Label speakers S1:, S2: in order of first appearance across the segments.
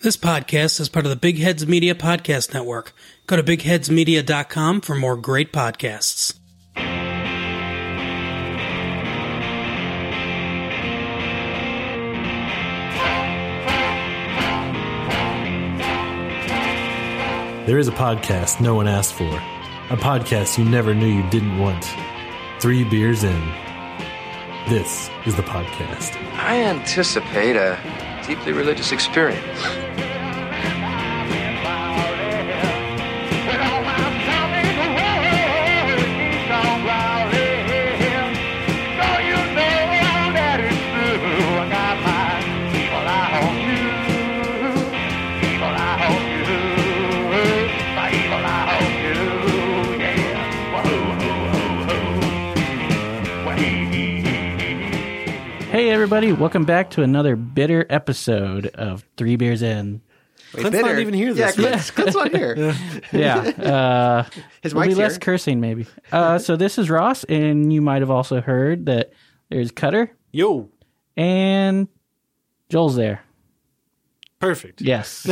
S1: This podcast is part of the Big Heads Media Podcast Network. Go to bigheadsmedia.com for more great podcasts.
S2: There is a podcast no one asked for, a podcast you never knew you didn't want. Three beers in. This is the podcast.
S3: I anticipate a deeply religious experience.
S4: Hey, everybody, welcome back to another bitter episode of Three Beers In.
S2: Clint's not even here this
S5: yeah, Clint's, Clint's not here.
S4: Yeah. Uh,
S5: His
S4: we'll be
S5: wife's
S4: less
S5: here.
S4: cursing, maybe. Uh, so, this is Ross, and you might have also heard that there's Cutter
S2: Yo,
S4: and Joel's there.
S2: perfect.
S4: Yes.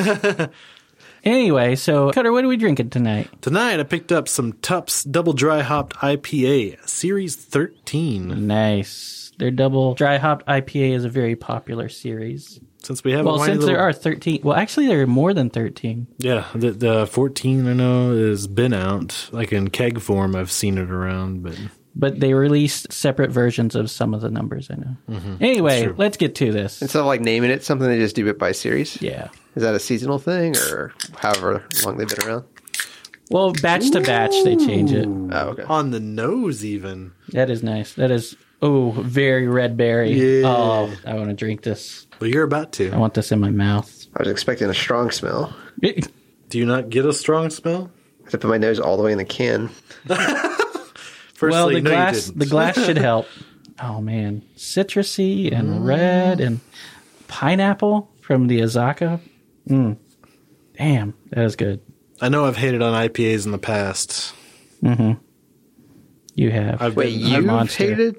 S4: anyway, so Cutter, what are we drinking tonight?
S2: Tonight I picked up some Tupps Double Dry Hopped IPA, Series 13.
S4: Nice. Their double dry hopped IPA is a very popular series.
S2: Since we have
S4: Well,
S2: a whiny
S4: since
S2: little,
S4: there are 13, well, actually, there are more than 13.
S2: yeah, the, the 14 I know has been out like in keg form. I've seen it around, but
S4: but they released separate versions of some of the numbers I know.
S2: Mm-hmm.
S4: Anyway, let's get to this.
S5: Instead of like naming it something, they just do it by series.
S4: Yeah.
S5: Is that a seasonal thing or however long they've been around?
S4: Well, batch to batch, they change it.
S5: Oh, okay.
S2: on the nose even.
S4: That is nice. That is, oh, very red berry.
S2: Yeah.
S4: Oh, I want to drink this.
S2: But you're about
S4: I
S2: to.
S4: want this in my mouth.
S5: I was expecting a strong smell.
S2: Do you not get a strong smell?
S5: I had to put my nose all the way in the can.
S2: Firstly,
S4: well, the
S2: no,
S4: glass
S2: you didn't.
S4: the glass should help. Oh man, citrusy and
S2: Mm.
S4: red and pineapple from the Azaka. Mm. Damn, that is good.
S2: I know I've hated on IPAs in the past.
S4: You have.
S2: I've
S5: Wait,
S2: been,
S4: I'm
S5: you
S4: monster.
S5: hated?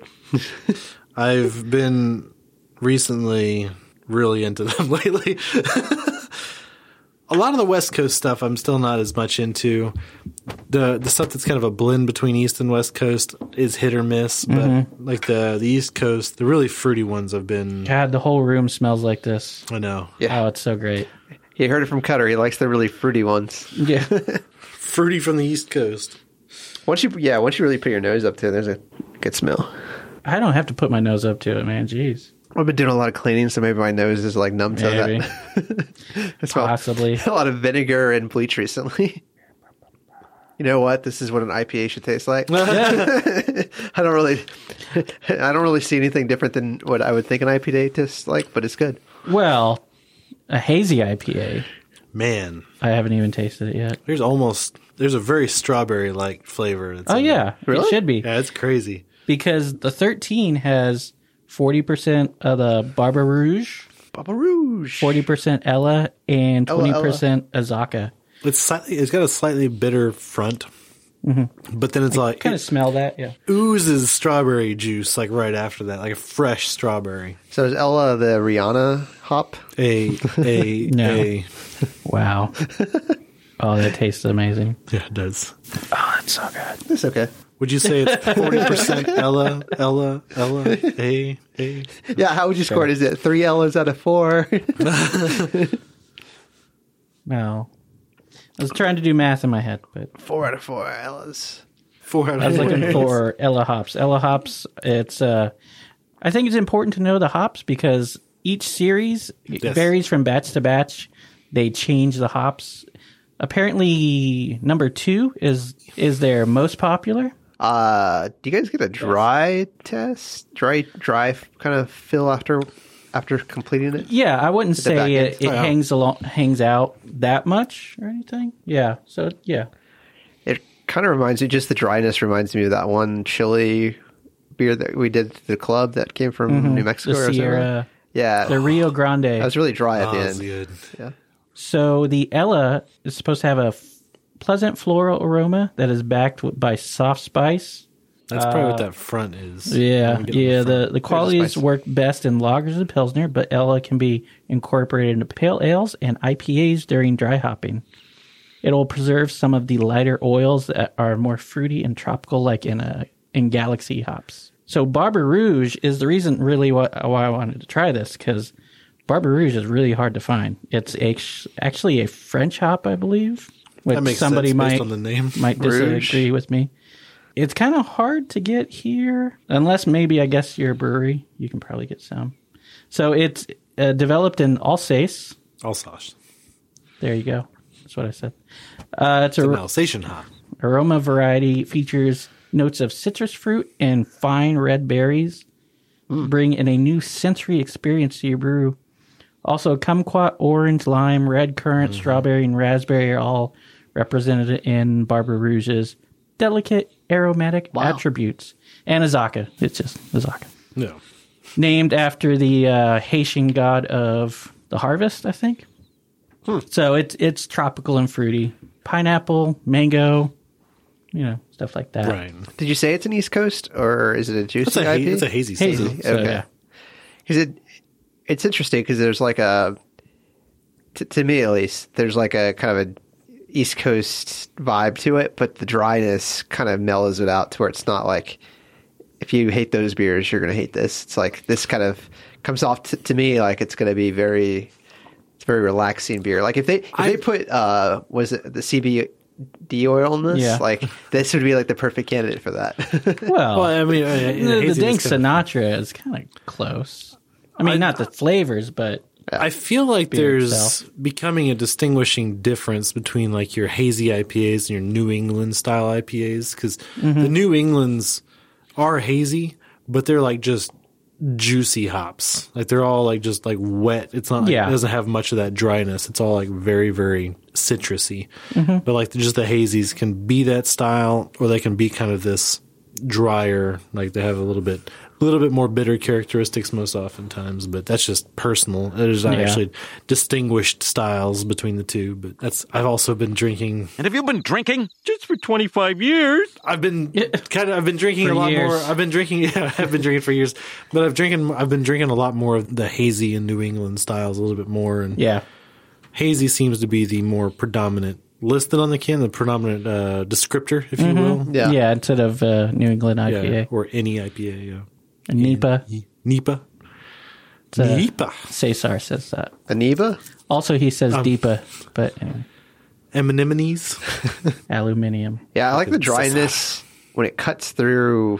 S2: I've been recently really into them lately. a lot of the West Coast stuff I'm still not as much into. The the stuff that's kind of a blend between East and West Coast is hit or miss, but
S4: Mm-hmm.
S2: like the the East Coast, the really fruity ones I've been
S4: God, the whole room smells like this.
S2: I know.
S5: Yeah.
S4: Oh, it's so great.
S5: He heard it from Cutter. He likes the really fruity ones.
S4: Yeah.
S2: Fruity from the East Coast.
S5: Once you, yeah, once you really put your nose up to it, there's a good smell.
S4: I don't have to put my nose up to it, man. Jeez.
S5: I've been doing a lot of cleaning, so maybe my nose is like numb to
S4: Maybe.
S5: that. I smell
S4: Possibly.
S5: a lot of vinegar and bleach recently. You know what? This is what an IPA should taste like. I don't really, I don't really see anything different than what I would think an IPA tastes like, but it's good.
S4: Well, a hazy IPA.
S2: Man,
S4: I haven't even tasted it yet.
S2: there's almost there's a very strawberry like flavor. that's
S4: Oh,
S2: in
S4: yeah.
S5: Really?
S4: It should be.
S2: it. Yeah, it's crazy.
S4: Because the 13 has 40% of the Barber Rouge,
S5: Baba Rouge.
S4: 40% Ella, and
S5: Ella, Ella.
S4: 20% Azaka.
S2: It's slightly it's got a slightly bitter front.
S4: Mm-hmm.
S2: But then it's like
S4: Kind of smell that, yeah.
S2: oozes strawberry juice like right after that, like a fresh strawberry.
S5: So is Ella the Rihanna hop?
S2: A a
S4: No.
S2: a
S4: Wow. oh, that tastes amazing.
S2: yeah, it does.
S5: It's okay.
S2: Would you say it's forty percent Ella Ella Ella a a?
S5: Yeah. How would you score it? Is it three Ellas out of four?
S4: Wow. I was trying to do math in my head, but
S5: four out of four Ellas.
S2: Four out
S4: I was
S2: of
S4: looking
S2: four.
S4: for Ella hops. Ella hops. It's. Uh, I think it's important to know the hops because each series
S2: Yes.
S4: varies from batch to batch. They change the hops. Apparently, number two is is their most popular.
S5: Uh, do you guys get a dry test? Dry, dry f- kind of fill after after completing it?
S4: Yeah, I wouldn't
S5: back
S4: say
S5: end.
S4: it, it hangs along, hangs out that much or anything. Yeah. So yeah,
S5: It kind of reminds me. Just the dryness reminds me of that one chili beer that we did at the club that came from New Mexico.
S4: Mm-hmm. the
S5: or somewhere.
S4: Sierra,
S5: Yeah,
S4: the Rio Grande.
S5: that was really dry at
S2: Oh,
S5: the
S2: that's
S5: end.
S2: good.
S4: So the Ella is supposed to have a f- pleasant floral aroma that is backed w- by soft spice
S2: That's probably what that front is.
S4: Uh, Yeah,
S2: I'm gonna get
S4: yeah.
S2: on the
S4: The the qualities
S5: spicy.
S4: work best in lagers and pilsner, but Ella can be incorporated into pale ales and IPAs during dry hopping. It will preserve some of the lighter oils that are more fruity and tropical, like in a in Galaxy hops. So Barber Rouge is the reason really what, why I wanted to try this because Barber Rouge is really hard to find. It's a, actually a French hop, I believe. Which
S2: That makes
S4: somebody
S2: sense
S4: might
S2: based on the name.
S4: might
S5: Rouge.
S4: disagree with me. It's kind of hard to get here, unless maybe I guess you're a brewery. You can probably get some. So it's uh, developed in Alsace.
S2: Alsace.
S4: There you go. That's what I said. Uh, it's a
S2: An
S4: r-
S2: Alsatian hop.
S4: aroma variety features notes of citrus fruit and fine red berries, bring in a new sensory experience to your brew. Also, kumquat, orange, lime, red currant, strawberry, and raspberry are all represented in Barber Rouge's delicate aromatic attributes. And Azaka. It's just Azaka.
S2: No.
S4: Named after the uh, Haitian god of the harvest, I think. So it's it's tropical and fruity. Pineapple, mango, you know, stuff like that.
S2: Right.
S5: Did you say it's an East Coast or is it a juicy
S2: It's a, ha-
S5: IPA?
S2: it's a hazy.
S4: Hazy.
S2: sound.
S4: So,
S5: Okay.
S4: yeah.
S5: Because it, it's interesting because there's like a, t- to me at least, there's like a kind of a East Coast vibe to it, but the dryness kind of mellows it out to where it's not like, if you hate those beers, you're going to hate this. It's like this kind of comes off t- to me like it's going to be very, it's very relaxing beer. Like if they if
S2: I-
S5: they put uh was it the CBD oil in this,
S4: Yeah.
S5: like this would be like the perfect candidate for that.
S4: Well,
S2: Well, I mean, uh,
S4: the, the
S2: hazy
S4: Dank
S2: is kind of-
S4: Sinatra is kind of close. I mean, not the flavors, but
S2: I feel like
S4: Beer
S2: there's
S4: itself.
S2: becoming a distinguishing difference between like your hazy IPAs and your New England style IPAs because the New Englands are hazy, but they're like just juicy hops. Like they're all like just like wet. It's not. Like,
S4: Yeah.
S2: It doesn't have much of that dryness. It's all like very very citrusy.
S4: Mm-hmm.
S2: But like just the hazies can be that style, or they can be kind of this drier. Like they have a little bit. A little bit more bitter characteristics most oftentimes, but that's just personal. There's not
S4: Yeah.
S2: actually distinguished styles between the two. But that's I've also been drinking
S6: And have you been drinking?
S7: just for 25 years.
S2: I've been kind of. I've been drinking
S4: For
S2: a lot
S4: years.
S2: more. I've been drinking. Yeah, I've been drinking for years, but I've drinking. I've been drinking a lot more of the hazy and New England styles a little bit more. And
S4: yeah,
S2: hazy seems to be the more predominant listed on the can, the predominant uh, descriptor, if you will.
S4: yeah,
S5: Yeah.
S4: instead of uh, New England IPA,
S2: or any IPA. Yeah,
S4: and NEPA.
S2: Nipa.
S4: It's, uh,
S2: Nipa.
S4: Cesar says that.
S5: Aniba?
S4: Also, he says Deepa, but anyway,
S2: Anemones.
S4: aluminium.
S5: Yeah, I like the
S2: It's just-
S5: dryness when it cuts through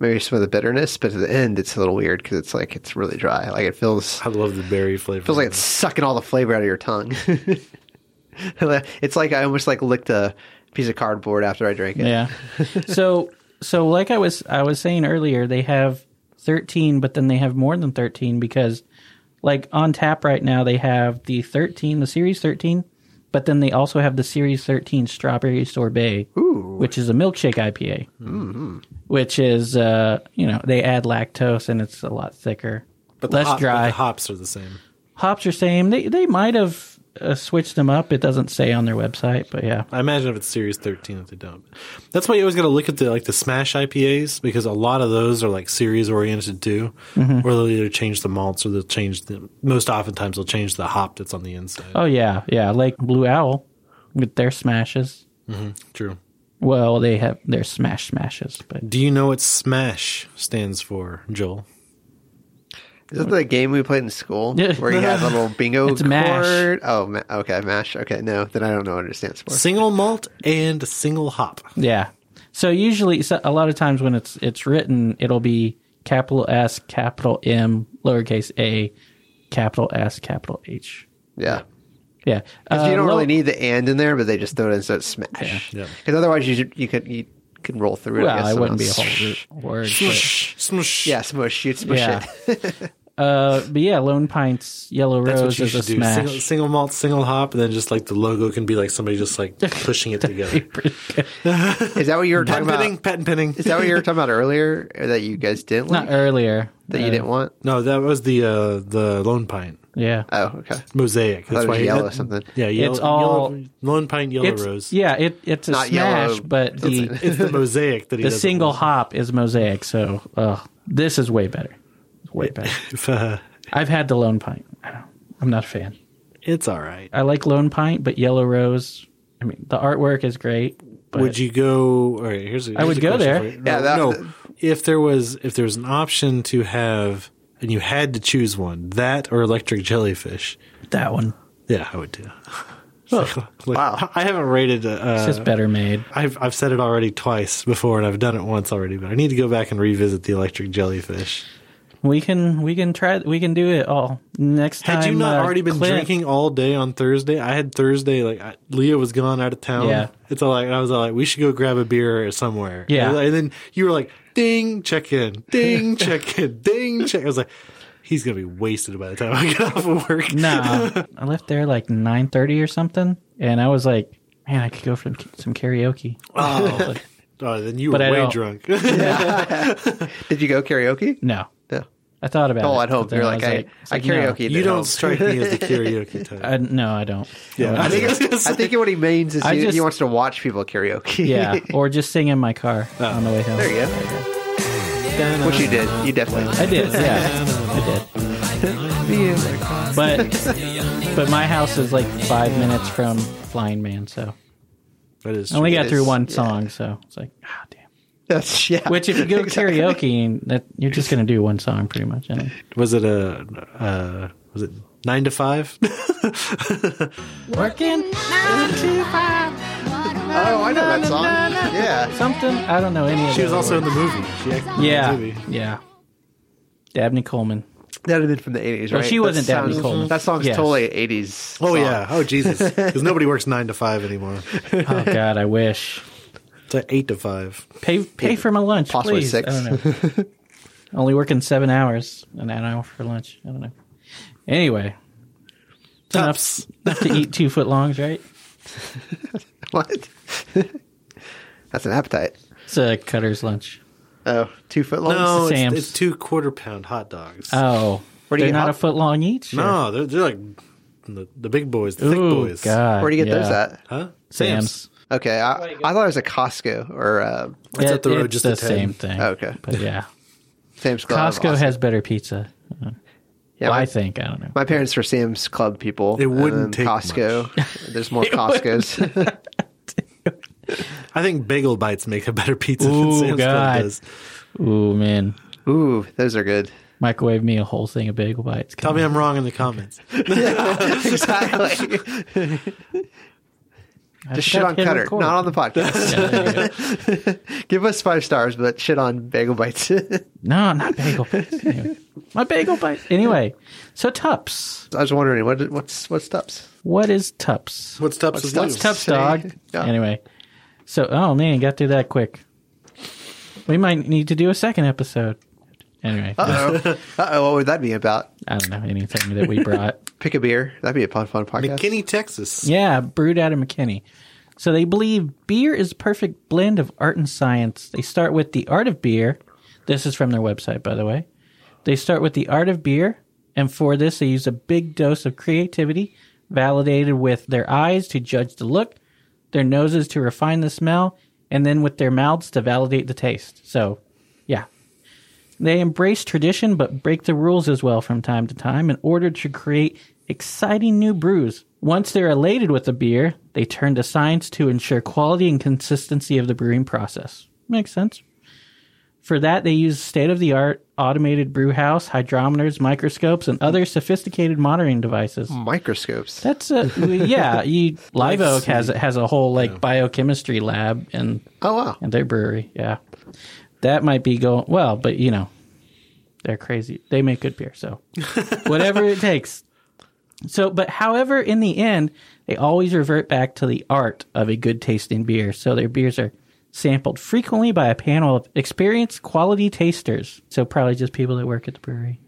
S5: maybe some of the bitterness, but at the end it's a little weird because it's like it's really dry. Like it feels
S2: I love the berry flavor.
S5: feels like it's sucking all the flavor out of your tongue. it's like I almost like licked a piece of cardboard after I drank it.
S4: Yeah. so so like I was I was saying earlier, they have 13, but then they have more than 13 because like on tap right now they have the 13, the series 13, but then they also have the series 13 strawberry sorbet, which is a milkshake IPA. Mm-hmm. Which is uh, you know, they add lactose and it's a lot thicker. But less
S2: Hop-
S4: dry
S2: The hops are the same.
S4: hops are same. They they might have uh, switched them up. It doesn't say on their website, but yeah,
S2: I imagine if it's Series 13 that they don't. That's why you always got to look at the like the Smash IPAs because a lot of those are like series oriented too, where they'll either change the malts or they'll change the most oftentimes they'll change the hop that's on the inside.
S4: Oh yeah, yeah. Like Blue Owl with their smashes.
S2: True.
S4: Well, they have their smash smashes, but
S2: Do you know what Smash stands for, Joel?
S5: Is that the game we played in school
S4: Yeah.
S5: where you had a little bingo
S4: It's mash.
S5: board? Oh, ma- okay, mash. Okay, no, then I don't know what it stands for.
S2: Single malt and single hop.
S4: yeah. So usually, so a lot of times when it's it's written, it'll be capital S, capital M, lowercase a, capital S, capital H.
S5: Yeah.
S4: Yeah,
S5: 'Cause
S4: Uh,
S5: you don't
S4: low-
S5: really need the and in there, but they just throw it in so it's smash.
S2: Yeah. Yeah.
S5: Because otherwise you you could you can roll through it. I
S4: Well,
S5: guess,
S4: it wouldn't be a
S5: somehow.
S4: whole root word. but-
S2: Smush.
S5: Yeah, smush. You'd smush
S4: yeah.
S5: it.
S4: uh, but yeah, Lone Pint's Yellow
S2: That's what
S4: Rose
S2: you
S4: is a
S2: should do. Single,
S4: smash.
S2: single malt, single hop, and then just like the logo can be like somebody just like pushing it together.
S5: Is that what you were talking
S2: patent
S5: about?
S2: pending, patent pending.
S5: Is that what you were talking about earlier that you guys didn't like?
S4: Not earlier.
S5: that you didn't want?
S2: No, that was the uh, the Lone Pine
S4: Yeah.
S5: Oh, okay.
S2: mosaic. That's
S5: it was
S2: why he-
S5: yellow
S2: that-
S5: or something.
S2: Yeah, yellow,
S4: It's all-
S2: yellow- Lone Pine Yellow
S4: It's-
S2: Rose.
S4: Yeah, it, it's a
S5: Not
S4: smash,
S5: yellow.
S4: but the,
S2: It's the mosaic that he
S4: the
S2: doesn't
S4: single
S2: want.
S4: hop is mosaic. So uh, this is way better. It's way better.
S2: If, uh,
S4: I've had the Lone Pint. I don't, I'm not a fan.
S2: it's all right.
S4: I like Lone Pint, but Yellow Rose. I mean, the artwork is great. But
S2: would you go? All right, here's. A, here's
S4: would
S2: a
S4: go
S2: question
S4: there.
S2: for you. No,
S5: Yeah, that-
S2: no. If there was, if there was an option to have, and you had to choose one, that or electric jellyfish.
S4: that one?
S2: Yeah, I would do.
S5: Wow.
S2: I haven't rated. Uh,
S4: It's just better made.
S2: I've I've said it already twice before, and I've done it once already. But I need to go back and revisit the electric jellyfish.
S4: We can we can try we can do it all next time.
S2: Had you not
S4: uh,
S2: already been
S4: Clint-
S2: drinking all day on Thursday? I had Thursday like I, Leah was gone out of town.
S4: Yeah.
S2: it's all like I was all like, we should go grab a beer somewhere.
S4: Yeah.
S2: and then you were like, ding, check in, ding, check in, ding, check. I was like, he's gonna be wasted by the time I get off of work.
S4: No, I left there like nine thirty or something, and I was like, man, I could go for some karaoke.
S2: Oh. Oh, then you were
S4: But I
S2: way
S4: don't-
S2: drunk.
S5: Did you go karaoke?
S4: No,
S5: No.
S4: I thought about it.
S5: Oh, at home.
S4: but then
S5: You're
S4: I
S5: like,
S4: was
S5: I,
S4: it's
S5: I
S4: like, no.
S5: karaoke.
S2: you don't strike me as the karaoke type.
S4: I, no, I don't.
S2: yeah, I think
S5: I think what he means is
S4: I
S5: he, he
S4: just-
S5: wants to watch people karaoke.
S4: Yeah, or just sing in my car on the way home.
S5: there you go. Which you did. You definitely.
S4: I did, yeah, I did. But but my house is like five minutes from Flying Man, so
S2: that is
S4: I only
S2: true.
S4: got
S5: It
S4: through
S5: is,
S4: one
S5: yeah.
S4: song, so it's like, ah, damn.
S5: That's yeah.
S4: Which if you go
S5: Exactly.
S4: karaoke, that you're just gonna do one song pretty much. Anyway.
S2: Was it a uh, was it nine to five?
S4: Working
S5: Oh, I know that song. Yeah.
S4: something, I don't know any of.
S2: she was
S4: those
S2: also in the
S4: words.
S2: movie. She acted in
S4: yeah,
S2: the movie.
S4: yeah. Dabney Coleman.
S5: That'd have been from the 80s, right?
S4: Well, she
S5: That
S4: wasn't Dabney
S5: sounds-
S4: Coleman.
S5: That song's
S4: Yes.
S5: totally 80s.
S2: Oh
S5: song.
S2: yeah. Oh Jesus. Because nobody works nine to five anymore.
S4: Oh God, I wish.
S2: It's like eight to five.
S4: Pay pay for my lunch,
S5: Possibly
S4: please.
S5: six.
S4: I don't know. Only working seven hours, an hour for lunch. I don't know. Anyway, it's enough,
S2: Tops.
S4: enough to eat two foot longs, right?
S5: What? That's an appetite.
S4: It's a cutter's lunch.
S5: Oh, two foot long?
S2: No, it's,
S4: Sam's.
S2: it's two quarter pound hot dogs.
S4: Oh,
S5: Where do you get
S4: they're not
S5: hot-
S4: a foot long each. Or-
S2: no, they're, they're like the, the big boys, the thick
S4: Ooh,
S2: boys.
S4: God,
S5: Where do you get
S4: yeah.
S5: those at?
S2: Huh?
S4: Sam's.
S5: Okay, I, I thought it was a Costco or uh,
S2: It's up the road
S4: it's
S2: just
S4: the
S2: a tad.
S4: same thing.
S5: Oh, Okay.
S4: but yeah,
S5: Sam's Club.
S4: Costco has better pizza.
S5: Yeah,
S4: Well, I
S5: my,
S4: think I don't know.
S5: my parents were Sam's Club people.
S2: It wouldn't
S5: and
S2: take
S5: then Costco. There's more Costcos.
S2: I think bagel bites make a better pizza than
S4: Ooh,
S2: Sam's
S4: God.
S2: Club does.
S4: Ooh man,
S5: Ooh, those are good.
S4: microwave me a whole thing of bagel bites.
S2: Tell me I'm wrong in the comments.
S5: exactly.
S4: I
S5: Just shit
S4: forgot
S5: on
S4: to hit
S5: Cutter,
S4: record.
S5: not on the podcast.
S4: Yeah, there you go.
S5: Give us five stars, but shit on Bagel Bites. I
S4: No, not bagel bites. Anyway. My bagel bites. Anyway, so Tups.
S5: was wondering what what's what's Tubbs?
S4: What is Tups?
S2: What's Tubbs? to
S5: Tubbs?
S2: do?
S4: Tups
S5: Say-
S4: dog.
S5: Yeah.
S4: Anyway, so oh man, got through that quick. We might need to do a second episode. Anyway,
S5: Uh oh, what would that be about?
S4: I don't know anything that we brought.
S5: Pick a beer. That'd be a fun fun podcast.
S2: McKinney, Texas.
S4: yeah, brewed out of McKinney. So they believe beer is a perfect blend of art and science. They start with the art of beer. This is from their website, by the way. They start with the art of beer, and for this, they use a big dose of creativity, validated with their eyes to judge the look, their noses to refine the smell, and then with their mouths to validate the taste. So, yeah. They embrace tradition but break the rules as well from time to time in order to create exciting new brews. Once they're elated with a beer, they turn to science to ensure quality and consistency of the brewing process. Makes sense. For that, they use state of the art automated brew house, hydrometers, microscopes, and other sophisticated monitoring devices.
S5: Hmm. Microscopes.
S4: That's a yeah. You, Live Oak has has a whole like biochemistry lab and
S5: Oh wow.
S4: and their brewery. Yeah, that might be going well, but you know, they're crazy. They make good beer, so whatever it takes. So, but however, in the end, they always revert back to the art of a good tasting beer. So their beers are sampled frequently by a panel of experienced quality tasters. So probably just people that work at the brewery.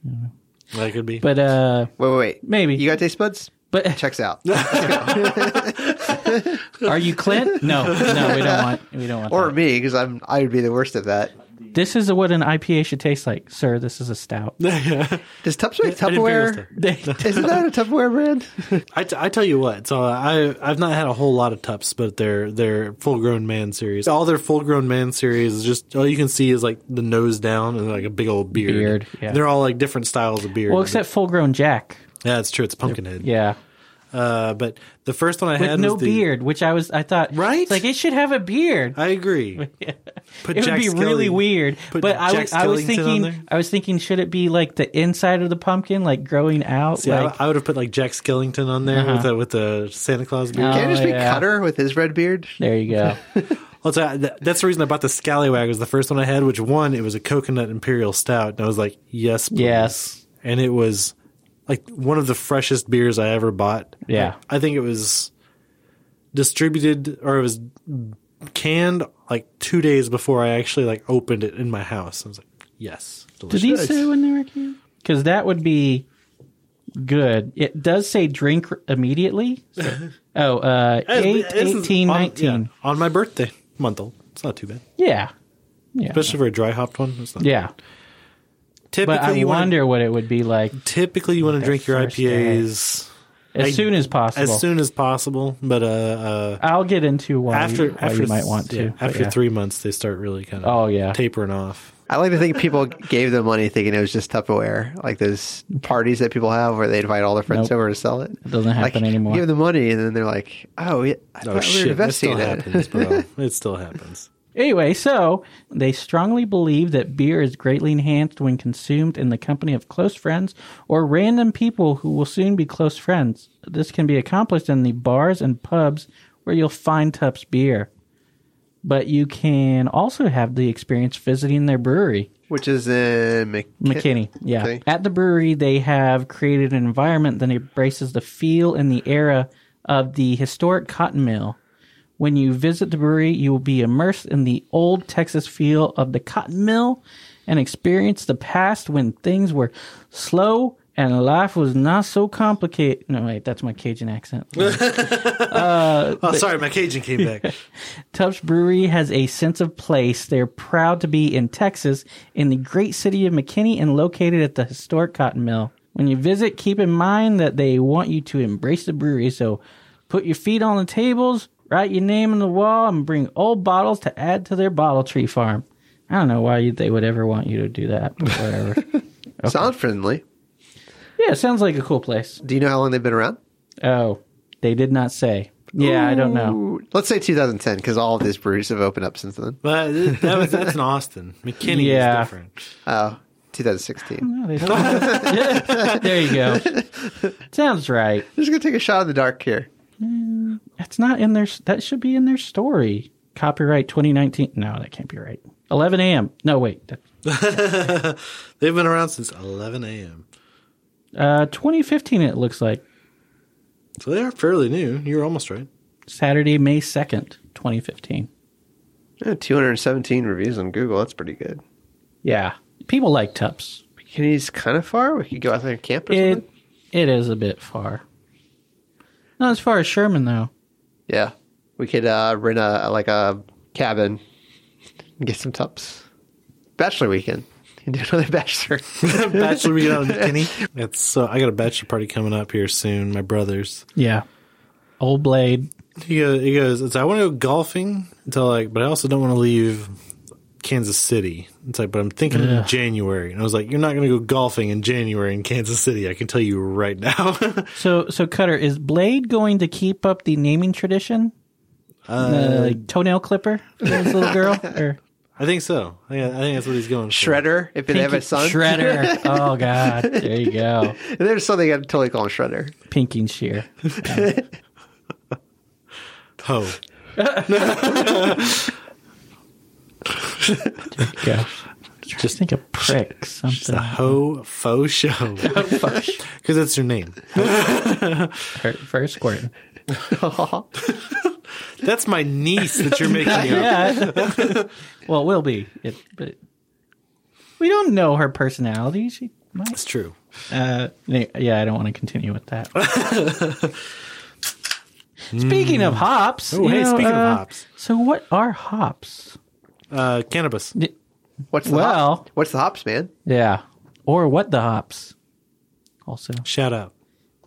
S2: That could be.
S4: But uh,
S5: Wait, wait, wait.
S4: Maybe.
S5: you got taste buds.
S4: but
S5: Checks out.
S4: are you Clint? No, no, we don't want we don't want.
S5: or
S4: that.
S5: me because I'm I would be the worst at that.
S4: This is what an IPA should taste like, sir. This is a stout.
S5: Does Tupperware make
S2: I didn't figure
S5: Tupperware? Isn't that a Tupperware brand?
S2: I, t- I tell you what, so I I've not had a whole lot of Tups, but their their full grown man series, all their full grown man series is just all you can see is like the nose down and like a big old beard.
S4: Beard, yeah.
S2: They're all like different styles of beard.
S4: well, except full grown Jack.
S2: yeah, that's true. It's Pumpkinhead.
S4: Yeah.
S2: Uh, but the first one I
S4: With
S2: had
S4: no
S2: was the,
S4: beard, which I was, I thought,
S2: Right?
S4: Like it should have a beard.
S2: I agree. Put
S4: it would
S2: Jack
S4: be
S2: Skelly-
S4: really weird.
S2: put
S4: But I
S2: Jack
S4: was, I was
S2: Skellington on there?
S4: thinking, I was thinking, should it be like the inside of the pumpkin, like growing out?
S2: See,
S4: like, Uh-huh.
S2: I, I would have put like Jack Skellington on there with the with the Santa Claus beard.
S4: No.
S5: Can't it just
S4: Oh,
S5: be
S4: yeah.
S5: Cutter with his red beard?
S4: there you go.
S2: Also, I- th- that's the reason I bought the Scallywag. Was the first one I had, which one it was a coconut imperial stout, and I was like, yes, please.
S4: Yes.
S2: and it was like one of the freshest beers I ever bought.
S4: Yeah.
S2: I think it was distributed or it was canned like two days before I actually like opened it in my house. I was like, yes,
S4: Did
S2: delicious.
S4: these say when they were canned? Because that would be good. It does say drink immediately. So- oh, uh,
S2: Hey,
S4: 8,
S2: this is
S4: 18,
S2: on-
S4: 19.
S2: yeah, on my birthday month old. It's not too bad,
S4: Yeah. Yeah.
S2: especially for a dry hopped one. It's not.
S4: yeah.
S2: typically
S4: But I
S2: you wanna-
S4: wonder what it would be like
S2: typically you want to drink your
S4: first day.
S2: IPAs.
S4: as
S2: I-
S4: soon as possible.
S2: as soon as possible. But uh, uh
S4: I'll get into why,
S2: after
S4: you, why
S2: after
S4: you might want
S2: yeah,
S4: to. but
S2: after
S4: yeah.
S2: three months, they start really kind of
S4: Oh, yeah.
S2: tapering off.
S5: I like to think people gave them money thinking it was just Tupperware, like those parties that people have where they invite all their friends
S4: Nope.
S5: over to sell it. It
S4: doesn't happen anymore.
S5: Give them money, and then they're like, "Oh, yeah, I
S2: Oh
S5: thought we
S2: shit!
S5: were
S2: It
S5: investing
S2: still
S5: in it."
S2: happens, bro. it still happens.
S4: Anyway, so they strongly believe that beer is greatly enhanced when consumed in the company of close friends or random people who will soon be close friends. This can be accomplished in the bars and pubs where you'll find Tup's beer. But you can also have the experience visiting their brewery.
S5: Which is uh, in Mc-
S4: McKinney, yeah.
S5: Okay.
S4: At the brewery, they have created an environment that embraces the feel and the era of the historic cotton mill. When you visit the brewery, you will be immersed in the old Texas feel of the cotton mill and experience the past when things were slow and life was not so complicated. No, wait, that's my Cajun accent.
S2: Oh, sorry, my Cajun came back.
S4: Tubbs Brewery has a sense of place. They're proud to be in Texas, in the great city of McKinney, and located at the historic cotton mill. When you visit, keep in mind that they want you to embrace the brewery. So put your feet on the tables, write your name on the wall, and bring old bottles to add to their bottle tree farm. I don't know why you- they would ever want you to do that, but whatever.
S5: Sound friendly.
S4: yeah, sounds like a cool place.
S5: Do you know how long they've been around?
S4: Oh, they did not say. Yeah, I don't know.
S5: Ooh, Let's say 2010, because all of these breweries have opened up since then.
S2: But it- that was that's in Austin. McKinney
S4: Yeah.
S2: is different.
S5: Oh, 2016.
S4: No, they don't. there you go. Sounds right.
S5: I'm just gonna take a shot in the dark here.
S4: That's Mm. not in their. That should be in their story. Copyright 2019. No, that can't be right. 11 a.m. No, wait. That-
S2: They've been around since 11 a.m.
S4: Uh, 2015. It looks like
S2: So they are fairly new. You're almost right.
S4: Saturday, May 2nd, 2015.
S5: Yeah, 217 reviews on Google. That's pretty good.
S4: Yeah, people like Tups.
S5: McKinney's kind of far. We could go out there and camp or
S4: It
S5: something.
S4: it is a bit far. Not as far as Sherman though.
S5: Yeah, we could uh, rent a like a cabin, and get some tups. Bachelor weekend. And do another bachelor.
S2: bachelor weekend on McKinney. That's so. I got a bachelor party coming up here soon. My brother's.
S4: Yeah. Old Blade.
S2: He goes, he goes it's, I want to go golfing. It's all like, but I also don't want to leave Kansas City. It's like, but I'm thinking in January. And I was like, you're not going to go golfing in January in Kansas City. I can tell you right now.
S4: So so Cutter is Blade going to keep up the naming tradition? Uh, like toenail clipper for his little girl or
S2: I think so. I think, I think that's what he's going for.
S5: Shredder, if it have a
S4: Pinky-
S5: son.
S4: Shredder. Oh God. There you go.
S5: There's something I'd totally call him Shredder.
S4: Pinking shear.
S2: Ho.
S4: Go. Just think of prick something.
S2: Ho faux show. Because that's your name.
S4: Fir- First squirt.
S2: That's my niece that you're making up.
S4: Yeah. well, it will be. It, but we don't know her personality. She might.
S2: It's true.
S4: Uh, yeah, I don't want to continue with that. speaking of hops.
S2: Oh,
S4: you
S2: hey,
S4: know,
S2: speaking of
S4: uh,
S2: hops.
S4: So, what are hops?
S2: Uh, cannabis.
S4: D-
S5: What's the
S4: Well-
S5: hops? What's the hops, man?
S4: Yeah. Or what the hops. Also,
S2: Shout out.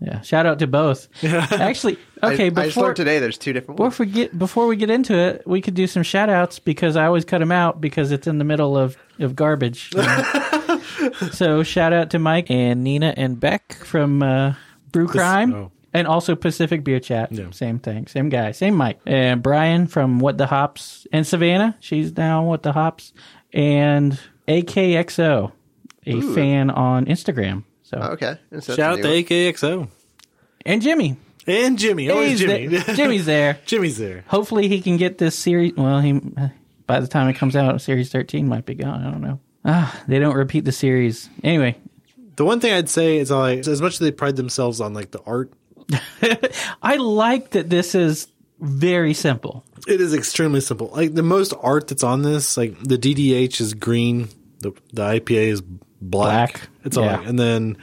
S4: yeah. Shout out to both. Actually,
S5: I-
S4: okay.
S5: I,
S4: before
S5: just learned today there's two different
S4: Before
S5: ones.
S4: we get before we get into it, we could do some shout outs because I always cut them out because it's in the middle of of garbage. so shout out to Mike and Nina and Beck from uh, Brew Crime.
S2: oh.
S4: And also Pacific Beer Chat, same thing, same guy, same Mike, and Brian from What the Hops, and Savannah, she's now on What the Hops, and AKXO, a fan on Instagram. So
S5: Oh, Okay. And so that's a
S2: Shout out
S5: new
S2: to
S5: one.
S2: AKXO.
S4: and Jimmy,
S2: And Jimmy. Always
S4: He's
S2: Jimmy.
S4: there. Jimmy's there.
S2: Jimmy's there.
S4: Hopefully, he can get this series. Well, he by the time it comes out, series thirteen might be gone. I don't know. Ah, they don't repeat the series anyway.
S2: The one thing I'd say is like as much as they pride themselves on like the art,
S4: I like that this is very simple.
S2: it is extremely simple. Like the most art that's on this, like the DDH is green, the the IPA is black.
S4: Black.
S2: It's all,
S4: Yeah.
S2: and then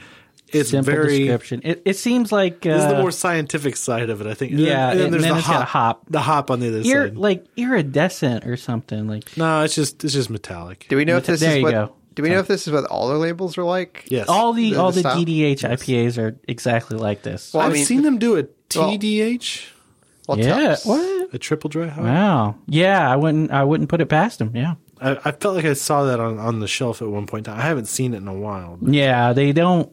S2: it's
S4: Simple
S2: very.
S4: description. It, it seems like uh,
S2: This is the more scientific side of it, I think. And
S4: Yeah,
S2: then, and then
S4: and
S2: there's
S4: then
S2: the
S4: it's
S2: hop,
S4: got a hop.
S2: the hop on the other
S4: ir-
S2: side.
S4: like iridescent or something. Like
S2: no, it's just it's just metallic.
S5: Do we know if this
S4: There
S5: is
S4: you
S5: what?
S4: go.
S5: Do we know if this is what all their labels are like?
S2: yes,
S4: all the
S5: The-
S4: all the
S5: the style?
S4: DDH IPAs are exactly like this.
S5: Well, I
S2: I've
S5: mean-
S2: seen them do a
S5: Well-
S2: TDH,
S5: Well,
S4: yeah.
S5: Tufts.
S4: What?
S2: a triple dry hop.
S4: Wow. Yeah, I wouldn't. I wouldn't put it past them. Yeah.
S2: I, I felt like I saw that on, on the shelf at one point. in time. I haven't seen it in a while,
S4: Yeah, they don't.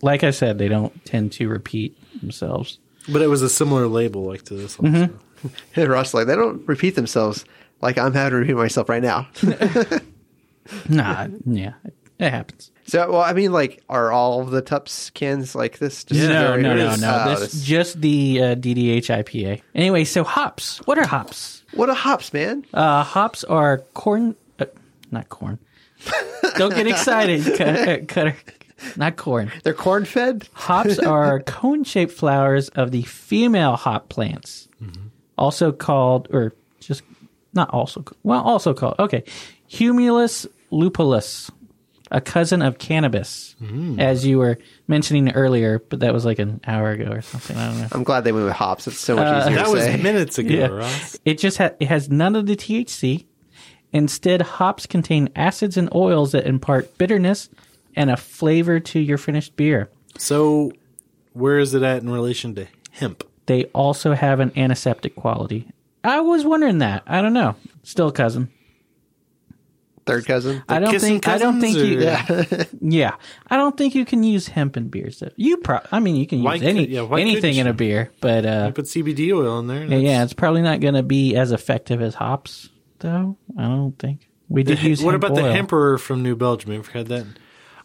S4: Like I said, they don't tend to repeat themselves.
S2: but it was a similar label like to this. Also.
S5: Hey, Russ, like they don't repeat themselves. Like I'm having to repeat myself right now.
S4: Nah, yeah, it happens.
S5: so, well, I mean, like, are all of the Tups cans like this? Just
S4: no,
S5: very-
S4: no, no,
S5: Oh,
S4: no. this,
S5: this-
S4: just the uh, DDH IPA. Anyway, so hops. What are hops?
S5: what a hops, man!
S4: Uh, hops are corn, uh, not corn. don't get excited, cutter. cutter. Not corn.
S5: They're corn fed.
S4: Hops are cone shaped flowers of the female hop plants, also called, or just not also, well, also called, okay, Humulus lupulus, a cousin of cannabis, as you were mentioning earlier, but that was like an hour ago or something. I don't know.
S5: I'm glad they went with hops. It's so much
S4: Uh,
S5: easier
S2: That
S5: to
S2: was
S5: say.
S2: minutes ago,
S4: Yeah.
S2: Ross.
S4: It just ha- it has none of the THC. Instead, hops contain acids and oils that impart bitterness and a flavor to your finished beer.
S2: So, where is it at in relation to hemp?
S4: they also have an antiseptic quality. I was wondering that. I don't know. Still cousin.
S5: Third cousin.
S4: I don't
S2: kissing
S4: think. I don't think
S2: cousins,
S4: you.
S2: or-
S4: Yeah. I don't think you can use hemp in beers. Though. You pro. I mean, you can use
S2: Why
S4: any
S2: could- yeah, why
S4: anything
S2: couldn't
S4: in
S2: you?
S4: a beer, but uh,
S2: I put CBD oil in there. and
S4: yeah,
S2: that's-
S4: it's probably not going to be as effective as hops, though. I don't think we did use.
S2: What
S4: hemp
S2: about the
S4: oil.
S2: Emperor from New Belgium? Have you had that?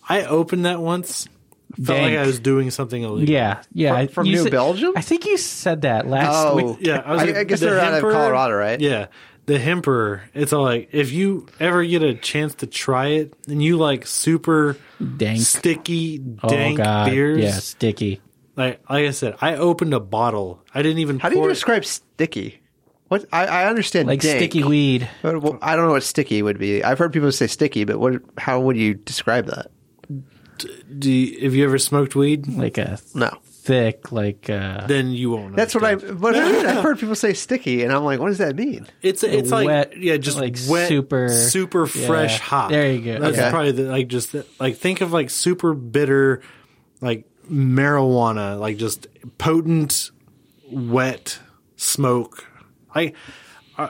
S2: I opened that once. Felt like
S4: Dank.
S2: I was doing something illegal.
S4: Yeah, yeah.
S5: From-
S4: I-
S5: from
S4: you
S5: New
S4: said-
S5: Belgium?
S4: I think you said that last
S5: Oh.
S4: week.
S2: Yeah, I, was
S5: I-
S2: like,
S5: I guess
S2: the
S5: they're out of
S2: Hemperer-
S5: Colorado, right?
S2: Yeah, the Hemperer. It's all like if you ever get a chance to try it, and you like super
S4: Dank.
S2: sticky,
S4: Oh
S2: dank
S4: god.
S2: beers.
S4: Yeah, sticky.
S2: Like, like I said, I opened a bottle. I didn't even.
S5: How do you
S2: pour it-
S5: describe sticky? What I, I understand
S4: Like
S5: dank,
S4: sticky weed.
S5: but, well, I don't know what sticky would be. I've heard people say sticky, but what? How would you describe that?
S2: Do you, have you ever smoked weed?
S4: Like a
S5: No.
S4: thick, like uh,
S2: Then you won't. Know
S5: That's what I.
S2: difference.
S5: What I mean, I've heard people say sticky, and I'm like, what does that mean?
S2: It's it's like
S4: wet,
S2: yeah, just
S4: like,
S2: wet,
S4: super-
S2: super super
S4: yeah.
S2: fresh hop.
S4: There you go.
S2: That's
S5: Okay.
S2: probably the, like just like think of like super bitter, like marijuana, like just potent wet smoke. I uh,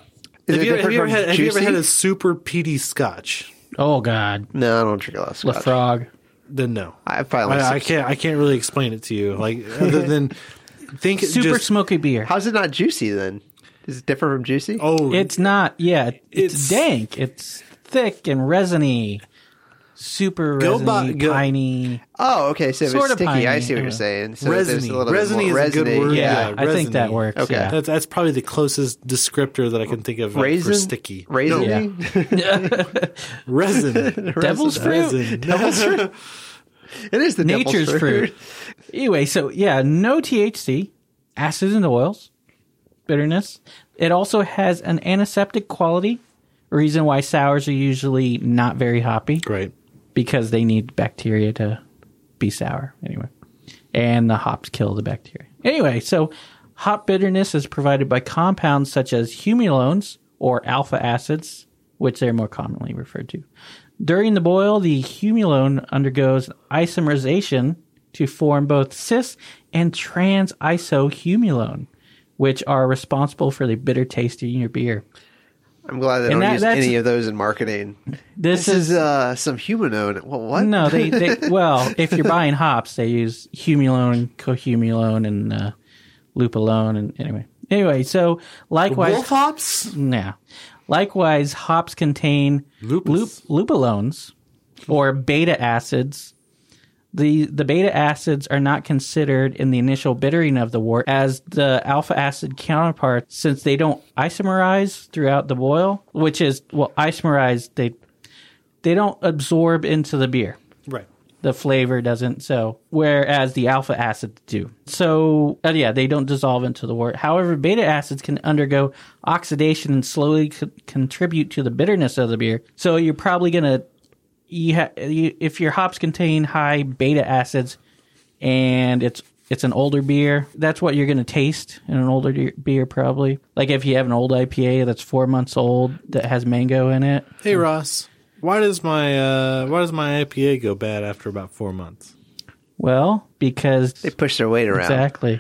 S2: have
S5: Is it
S2: you, have
S5: different
S2: you ever
S5: from
S2: had have you ever
S5: juicy?
S2: had a super peaty scotch?
S4: oh god,
S5: No, I don't drink a lot of
S4: the
S5: scotch.
S4: frog.
S2: Then no,
S5: I probably like
S2: I, I
S5: six-
S2: can't I can't really explain it to you. Like other than think it
S4: super
S2: just,
S4: smoky beer.
S5: How's it not juicy then? Is it different from juicy?
S2: Oh,
S4: it's not. Yeah,
S2: It's-
S4: it's, dank. It's thick and resiny. Super
S2: Go
S4: resiny,
S2: by- go-
S4: piney.
S5: Oh, okay. So if
S4: Sort
S5: it's
S4: of
S5: sticky, I
S4: piney,
S5: see what
S4: yeah.
S5: you're saying. So there's
S2: resiny.
S5: a little bit
S2: resiny
S5: more
S2: is a good
S5: resiny.
S2: word.
S4: Yeah, I think that
S2: resiny.
S4: works.
S5: Okay.
S4: Yeah.
S2: That's that's probably the closest descriptor that I can think of like,
S5: Raisin,
S2: for sticky.
S5: raisin.
S2: No, resin.
S4: Devil's fruit.
S2: Resin.
S5: It is the devil's
S4: Nature's fruit. Anyway, so yeah, no THC, acids and oils, bitterness. It also has an antiseptic quality. Reason why sours are usually not very hoppy.
S2: Great.
S4: because they need bacteria to be sour anyway. And the hops kill the bacteria. Anyway, so hop bitterness is provided by compounds such as humulones or alpha acids, which they're more commonly referred to. During the boil, the humulone undergoes isomerization to form both cis and trans isohumulone, which are responsible for the bitter taste in your beer.
S5: I'm glad they
S4: And
S5: don't
S4: that-
S5: use
S4: that's-
S5: any of those in marketing.
S4: This,
S5: This is uh, some humanoid. What? what?
S4: no, they, they well, if you're buying hops, they use humulone, cohumulone, and uh, lupulone, and anyway, anyway. So likewise,
S2: Wolf hops?
S4: Yeah. Likewise, hops contain
S2: Lupus.
S4: lup- lupulons or beta acids. The the beta acids are not considered in the initial bittering of the wort as the alpha acid counterparts since they don't isomerize throughout the boil, which is well isomerize they they don't absorb into the beer
S2: Right.
S4: the flavor doesn't so whereas the alpha acids do so uh, yeah they don't dissolve into the wort however beta acids can undergo oxidation and slowly co- contribute to the bitterness of the beer so you're probably going to you ha- you, if your hops contain high beta acids and it's it's an older beer that's what you're going to taste in an older de- beer probably like if you have an old ipa that's four months old that has mango in it
S2: Hey Ross, why does my uh, why does my IPA go bad after about four months?
S4: well because
S5: They push their weight around.
S4: exactly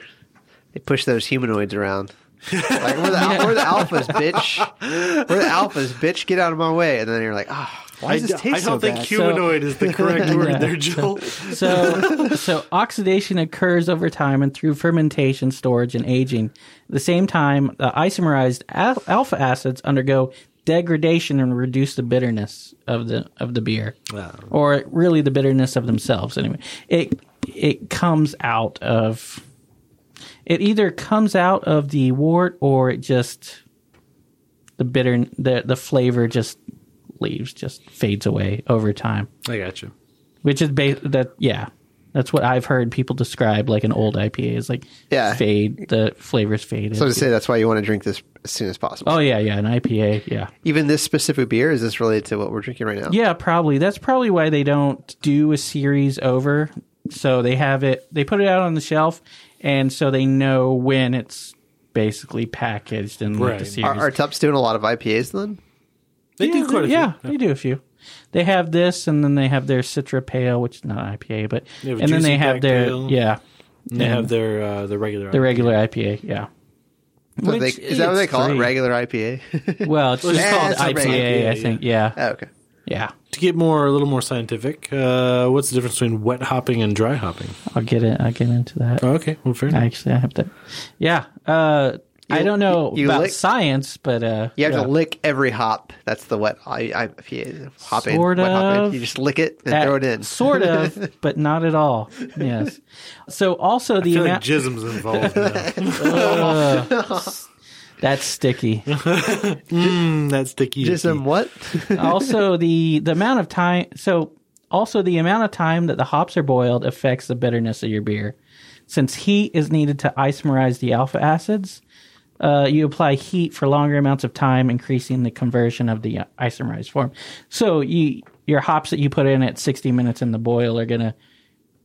S5: They push those humanoids around. Like, we're, the, al- we're the alphas, bitch. We're the alphas, bitch. Get out of my way. And then you're like, ah, why does this taste so bad?
S2: humanoid is the correct word
S4: Yeah.
S2: there, Joel.
S4: So, so oxidation occurs over time and through fermentation, storage, and aging. At the same time, the isomerized al- alpha acids undergo degradation and reduce the bitterness of the of the beer, or really the bitterness of themselves. Anyway, it it comes out of it either comes out of the wort or it just the bitter the the flavor just leaves just fades away over time
S2: I got you.
S4: which is ba- that yeah that's what i've heard people describe like an old ipa is like
S5: Yeah.
S4: fade the flavors fade
S5: So to say, that's why you want to drink this as soon as possible.
S4: oh yeah yeah an ipa yeah
S5: Even this specific beer, is this related to what we're drinking right now?
S4: yeah probably that's probably why they don't do a series over so they have it they put it out on the shelf and so they know when it's basically packaged and like the
S2: Right.
S4: series
S5: Are, are Tups doing a lot of IPAs then?
S2: They
S4: yeah,
S2: do quite a few.
S4: yeah, they do a few. They have this, and then they have their Citra Pale, which is not IPA, but
S2: They have a
S4: and then they
S2: Juicy
S4: have
S2: Black
S4: their
S2: Pale.
S4: yeah,
S2: And They
S4: and
S2: have their uh, the regular
S4: the regular IPA, yeah.
S5: So they,
S4: Which
S5: is that what they
S4: it's
S5: call it?
S4: great.
S5: Regular IPA?
S4: Well, it's just
S5: it's
S4: called
S5: a regular
S4: IPA, I
S2: IPA,
S4: think. Yeah,
S5: oh, okay.
S4: yeah.
S2: to get more a little more scientific. Uh, what's the difference between wet hopping and dry hopping?
S4: I'll get it. I'll get into that.
S2: Oh, okay, well fair enough.
S4: Actually, I have to. Yeah, uh, I
S5: You-
S4: don't know
S5: you
S4: about
S5: lick-
S4: science, but uh,
S5: You have
S4: yeah.
S5: to lick every hop. That's the wet I, IPA. Hop in.
S4: Sort
S5: wet hop in.
S4: of.
S5: You just lick it and
S4: That-
S5: throw it in.
S4: sort of, but not at all. Yes. So also the
S2: I feel like
S4: amount-
S2: jism's involved now.
S4: that's sticky.
S2: Mm, That's sticky.
S5: Just some what?
S4: also the the amount of time so also the amount of time that the hops are boiled affects the bitterness of your beer since heat is needed to isomerize the alpha acids uh, you apply heat for longer amounts of time increasing the conversion of the isomerized form so you your hops that you put in at 60 minutes in the boil are going to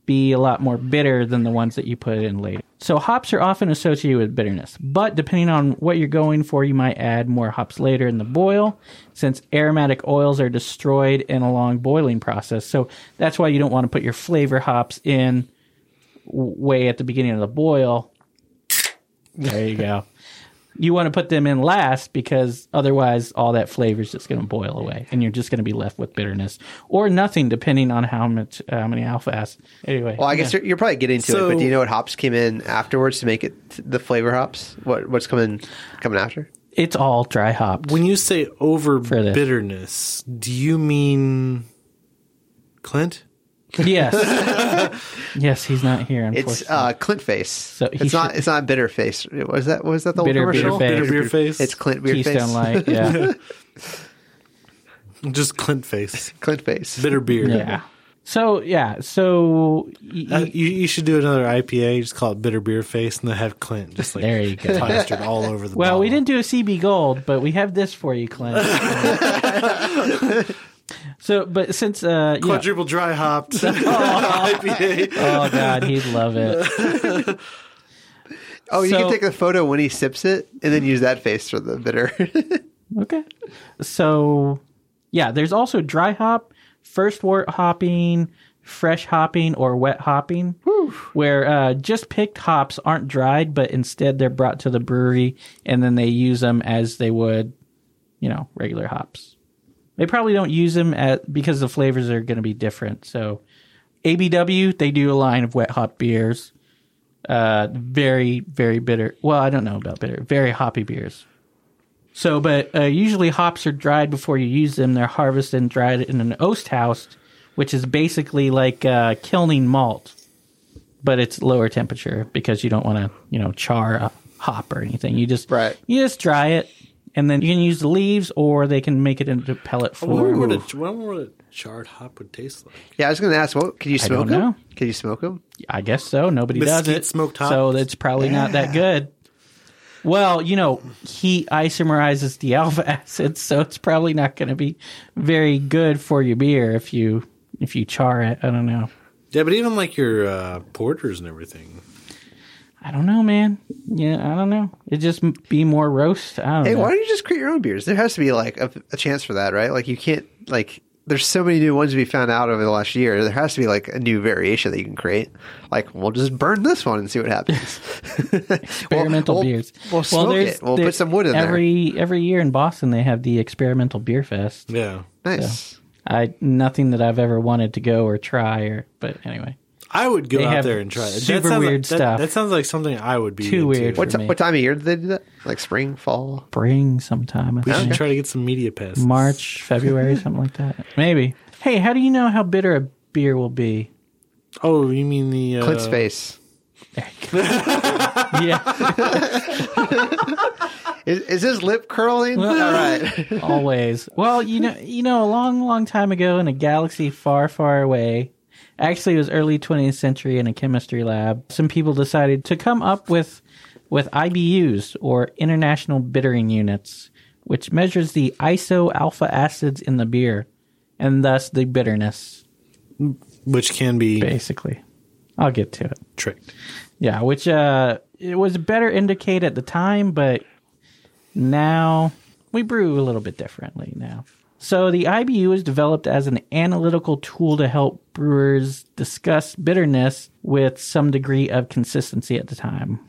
S4: be a lot more bitter than the ones that you put in later. So hops are often associated with bitterness, but depending on what you're going for, you might add more hops later in the boil since aromatic oils are destroyed in a long boiling process. So that's why you don't want to put your flavor hops in w- way at the beginning of the boil. There you go. You want to put them in last because otherwise all that flavor is just going to boil away and you're just going to be left with bitterness or nothing depending on how much uh, how many alpha acids. Anyway.
S5: Well, I guess you're, you're probably getting to it,
S2: So-
S5: but do you know what hops came in afterwards to make it the flavor hops? What what's coming coming after?
S4: it's all dry hopped.
S2: When you say over
S4: For this.
S2: bitterness, do you mean Clint?
S4: yes. yes, he's not here
S5: It's
S4: unfortunately.
S5: uh, Clint face.
S4: So he
S5: it's not
S4: should-
S5: it's not bitter face. Was that was that the
S4: Bitter
S5: old
S4: Beer
S5: commercial?
S4: Face.
S2: Bitter beer face.
S5: It's Clint beer
S4: Keystone
S5: face.
S4: Light, yeah.
S2: just Clint face.
S5: Clint face.
S2: Bitter beer.
S4: yeah. So, yeah, so y-
S2: Uh,
S4: y-
S2: you, you should do another IPA. Just call it Bitter Beer Face, and then have Clint just like
S4: There you go.
S2: plastered all over the.
S4: Well, we
S2: bottle.
S4: didn't do a CB Gold, but we have this for you, Clint. so, but since uh, you know-
S2: quadruple dry hopped IPA.
S4: oh god, he'd love it.
S5: Oh, you
S4: So-
S5: Oh, can take a photo when he sips it and then use that face for the bitter.
S4: Okay. So, yeah, there's also dry hop, first wort hopping, fresh hopping, or wet hopping, where uh, just picked hops aren't dried, but instead they're brought to the brewery and then they use them as they would, you know, regular hops. They probably don't use them at, because the flavors are going to be different. So, ABW, they do a line of wet hop beers. Uh, very, very bitter. Well, I don't know about bitter. Very hoppy beers. So, but uh, usually hops are dried before you use them. They're harvested and dried in an oast house, which is basically like uh, kilning malt, but it's lower temperature because you don't want to, you know, char a hop or anything. You just
S5: Right.
S4: You just dry it, and then you can use the leaves, or they can make it into pellet
S2: I wonder
S4: form.
S2: what a, I wonder what a charred hop would taste like.
S5: Yeah, I was going to ask, what can you
S4: don't
S5: smoke them?
S4: know.
S5: Can you smoke them?
S4: I guess so. Nobody does
S2: Mesquite
S4: it.
S2: smoked hops.
S4: So it's probably not that good. Well, you know, heat isomerizes the alpha acids, so it's probably not going to be very good for your beer if you if you char it. I don't know.
S2: Yeah, but even like your uh, porters and everything.
S4: I don't know, man. Yeah, I don't know. It just m- be more roast. I don't
S5: Hey,
S4: know.
S5: why don't you just create your own beers? There has to be like a, a chance for that, right? Like you can't like there's so many new ones we found out over the last year. There has to be like a new variation that you can create. Like we'll just burn this one and see what happens.
S4: experimental
S5: we'll-
S4: beers.
S5: we'll smoke
S4: there's-
S5: it. We'll put
S4: there's-
S5: some wood in there.
S4: every, Every year in Boston, they have the experimental beer fest.
S2: Yeah.
S5: Nice.
S4: I nothing that I've ever wanted to go or try or. But anyway,
S2: I would go
S4: They
S2: out
S4: have
S2: there and try it. That
S4: super
S2: sounds like-
S4: weird
S2: that-
S4: stuff.
S2: That sounds like something I would be
S4: Too
S2: into.
S4: weird.
S5: What,
S4: for
S5: ti-
S4: me.
S5: what time of year did they do that? Like spring, fall?
S4: spring sometime. I
S2: We
S4: think.
S2: should try to get some media passes.
S4: March, February, something like that. Maybe. Hey, how do you know how bitter a beer will be?
S2: Oh, you mean the uh,
S5: Clint's face.
S4: Yeah,
S5: Is, is his lip
S4: Uh,
S5: curling? All right.
S4: always. Well, you know, you know, a long, long time ago in a galaxy far, far away. Actually, it was early 20th century in a chemistry lab. Some people decided to come up with with IBUs or international bittering units, which measures the iso alpha acids in the beer and thus the bitterness
S2: which can be
S4: basically. I'll get to it.
S2: tricked.
S4: Yeah, which uh it was a better indicate at the time, but now we brew a little bit differently now. So the IBU is developed as an analytical tool to help brewers discuss bitterness with some degree of consistency at the time.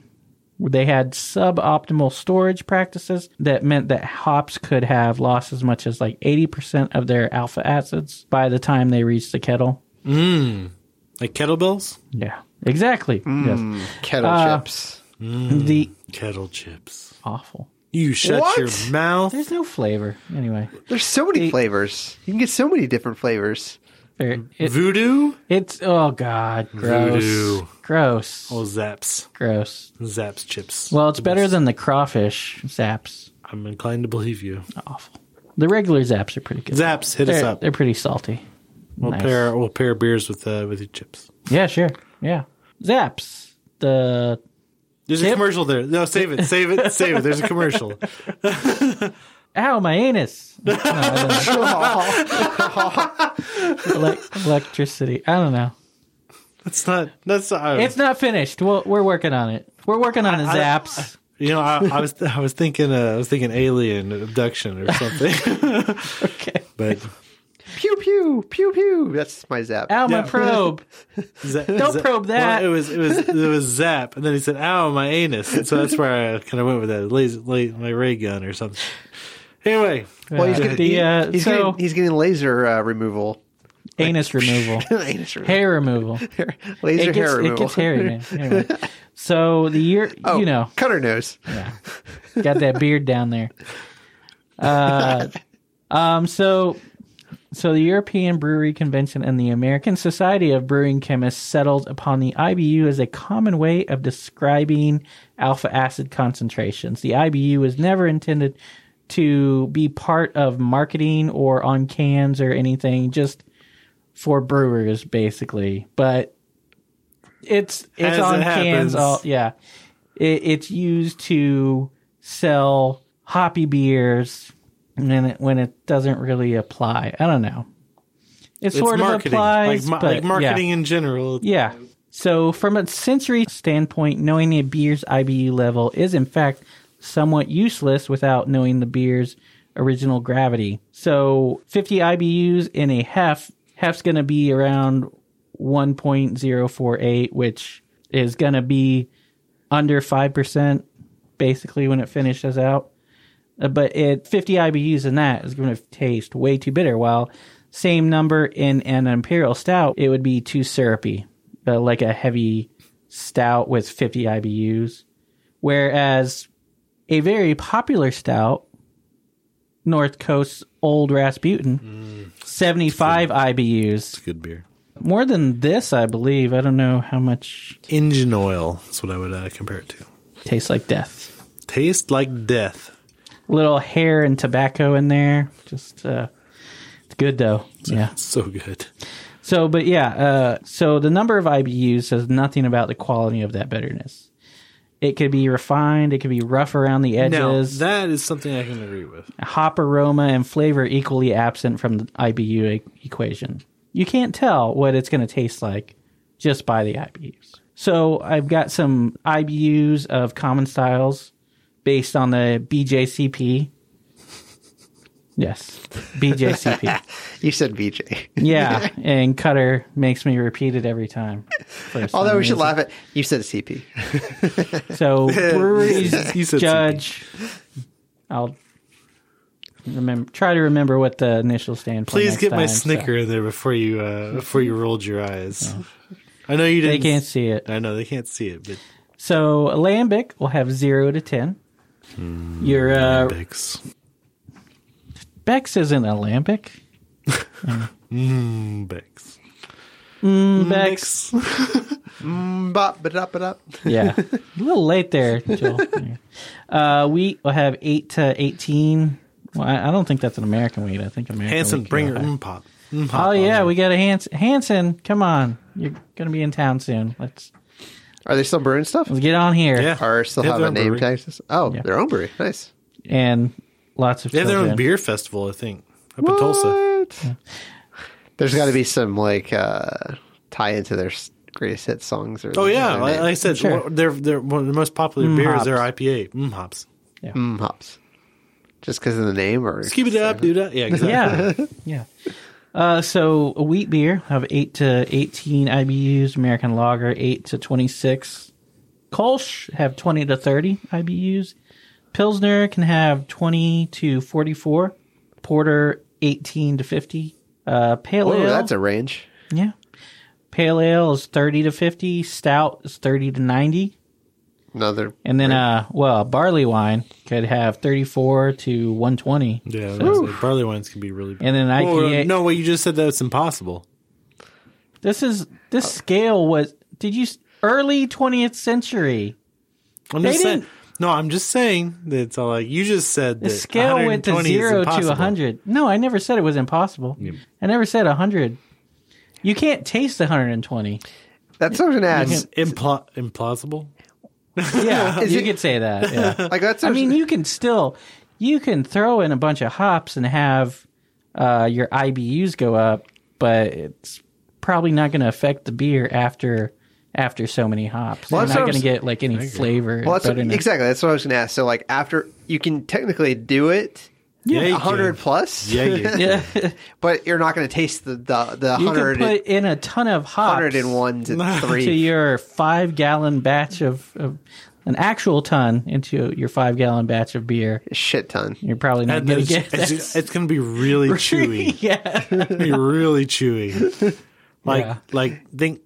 S4: They had suboptimal storage practices that meant that hops could have lost as much as like 80% of their alpha acids by the time they reached the kettle.
S2: Like kettlebells?
S4: Yeah, exactly. Yes.
S5: Kettle
S4: uh,
S5: chips.
S4: The
S2: Kettle chips.
S4: awful.
S2: You shut
S5: What?
S2: your mouth.
S4: There's no flavor anyway.
S5: There's so many flavors. You can get so many different flavors.
S4: There- it-
S2: Voodoo?
S4: it's oh god, gross,
S2: Voodoo.
S4: gross,
S2: Oh, Zaps.
S4: gross.
S2: Zaps chips.
S4: Well, it's better than the crawfish zaps.
S2: I'm inclined to believe you.
S4: Awful. The regular zaps are pretty good.
S2: Zaps, hit us
S4: they're,
S2: up.
S4: they're pretty salty.
S2: We'll
S4: nice.
S2: pair we'll pair beers with uh, with your chips.
S4: Yeah, sure. Yeah, zaps. The
S2: There's a commercial there. No, save it, save it, save it. There's a commercial.
S4: ow, my anus. No, I don't know. Elec- electricity. I don't know.
S2: That's not. That's not.
S4: It's not finished. Well, we're working on it. We're working on it, zaps.
S2: you know, I, I was I was thinking uh, I was thinking alien abduction or something,
S4: Okay.
S2: but
S5: Pew pew pew pew. That's my zap.
S4: Ow, my
S2: Yeah.
S4: probe.
S2: Za-
S4: Don't
S2: za-
S4: probe that.
S2: Well, it was it was it was zap, and then he said, "Ow, my anus." And so that's where I kind of went with that laser, la- my ray gun or something. Anyway,
S5: Well, he's
S4: Yeah.
S5: getting,
S4: The,
S5: he-
S4: uh,
S5: he's,
S4: so-
S5: getting he's getting laser uh, removal.
S4: Anus removal.
S5: Anus removal.
S4: Hair removal.
S5: laser
S4: it gets,
S5: hair
S4: it
S5: removal.
S4: gets hairy, man. Anyway. so the year,
S5: Oh,
S4: you know,
S5: cut her nose.
S4: got that beard down there. Uh, um, so, so the European Brewery Convention and the American Society of Brewing Chemists settled upon the IBU as a common way of describing alpha acid concentrations. The IBU was never intended to be part of marketing or on cans or anything, just for brewers basically. But it's it's
S2: As it
S4: on
S2: happens.
S4: cans all yeah. It, it's used to sell hoppy beers when it, when it doesn't really apply. I don't know. It
S2: it's
S4: sort of
S2: marketing,
S4: applies,
S2: like, ma-
S4: but
S2: like marketing
S4: Yeah.
S2: in general.
S4: yeah. So from a sensory standpoint, knowing E a beer's IBU level is in fact somewhat useless without knowing the beer's original gravity. So 50 IBUs in a hef. Hef's going to be around 1.048, which is going to be under 5% basically when it finishes out. Uh, But it 50 IBUs in that is going to taste way too bitter. While same number in an imperial stout, it would be too syrupy, uh, like a heavy stout with 50 IBUs. Whereas a very popular stout, North Coast's Old Rasputin, 75 IBUs.
S2: Good beer.
S4: More than this, I believe. I don't know how much
S2: Engine oil. That's what I would uh, compare it to.
S4: tastes like death.
S2: Taste like death.
S4: little hair and tobacco in there. Just uh, it's good though. Yeah.
S2: So good.
S4: So, but yeah. Uh, so the number of IBUs says nothing about the quality of that bitterness. It could be refined. It could be rough around the
S2: Now,
S4: edges.
S2: that is something I can agree with.
S4: hop aroma and flavor equally absent from the IBU e- equation. You can't tell what it's going to taste like just by the IBUs. So I've got some IBUs of common styles based on the BJCP. Yes, BJCP.
S5: You said BJ.
S4: yeah, and Cutter makes me repeat it every time. for some
S5: Although we should laugh
S4: reason.
S5: at you said CP.
S4: So breweries
S2: He said
S4: judge. I'll remember. Try to remember what the initials stand for.
S2: Please
S4: next
S2: get my
S4: time, so-
S2: snicker in there before you uh, before you rolled your eyes. I know you
S4: They
S2: didn't.
S4: can't see it.
S2: I know they can't see it, but
S4: So lambic will have zero to ten. Your uh,
S2: Bex.
S4: Bex isn't a lambic.
S2: Bex. Mm,
S4: Bex,
S5: Bop, ba-da, ba-da.
S4: yeah, a little late there, Joel. Uh, wheat will have eight to eighteen. Well, I, I don't think that's an American wheat. I think American.
S2: Hanson,
S4: wheat can
S2: bring
S4: go
S2: your
S4: high.
S2: mm pop. Mm pop
S4: Oh
S2: on
S4: yeah,
S2: there.
S4: we got a Hanson. Hanson, come on, you're gonna be in town soon. Let's
S5: Are they still brewing stuff?
S4: let's get on here.
S2: Yeah.
S5: Or still
S2: They have
S5: have
S2: their own
S5: a name
S2: brewery.
S5: tag? Oh,
S4: Yeah.
S5: their own brewery. Nice.
S4: and lots of
S2: They have their own
S4: children.
S2: beer festival, I think, up in Tulsa.
S5: What? There's got to be some like uh, tie into their s- greatest hit songs. Or
S2: Oh yeah,
S5: their
S2: like,
S5: name.
S2: like I said,
S4: Sure.
S2: one- their their one of the most popular
S4: Mm,
S2: beers. Their
S4: hops.
S2: IPA, mm hops.
S5: Mm, hops. Just because of the name, or
S2: Just keep it up, dude. uh, Yeah, exactly.
S4: yeah, yeah. Uh, so a wheat beer have eight to eighteen IBUs. American lager eight to twenty six. Kolsch have twenty to thirty IBUs. Pilsner can have twenty to forty four. Porter eighteen to fifty. Uh, pale
S5: Whoa,
S4: ale.
S5: that's a range.
S4: yeah. Pale ale is thirty to fifty. Stout is thirty to ninety.
S5: Another
S4: And then, uh, well, barley wine could have thirty-four to one twenty,
S2: Yeah, I was gonna say, barley wines can be really.
S4: and then IPA.
S2: Oh, no, what you just said that's impossible.
S4: This is
S2: Uh,
S4: this scale was did you s- early 20th century?
S2: I'm
S4: They
S2: just saying.
S4: didn't-
S2: No, I'm just saying that it's all like you just said.
S4: The
S2: That
S4: scale went to
S2: 120 is
S4: 0 to
S2: impossible.
S4: 100. No, I never said it was impossible. I never said 100. You can't taast 120.
S5: that's what I was gonna ask.
S2: Impl- implausible.
S4: Yeah,
S5: Is
S4: you
S5: it-
S4: could say that. Yeah.
S5: Like that's.
S4: I mean, you can still you can throw in a bunch of hops and have uh, your IBUs go up, but it's probably not going to affect the beer after after so many hops.
S5: Well,
S4: You're
S5: that's
S4: not
S5: what
S4: going
S5: I'm
S4: to
S5: s-
S4: get like any flavor.
S5: well, that's what,
S4: bitterness.
S5: exactly that's what I was gonna ask. So like after you can technically do it.
S2: Yeah, you
S5: a hundred
S2: can.
S5: plus.
S2: Yeah, you can.
S4: Yeah.
S5: but you're not gonna taste the the, the
S4: You could
S5: hundred
S4: put in a ton of hops
S5: hundred and one to
S4: to
S5: three.
S4: your five gallon batch of, of an actual ton into your five gallon batch of beer.
S5: Shit ton.
S4: You're probably not
S2: And
S4: going to
S2: it's,
S4: get that.
S2: it's, it's gonna be really chewy.
S4: yeah,
S2: It's gonna be really chewy. Like
S4: Yeah.
S2: like think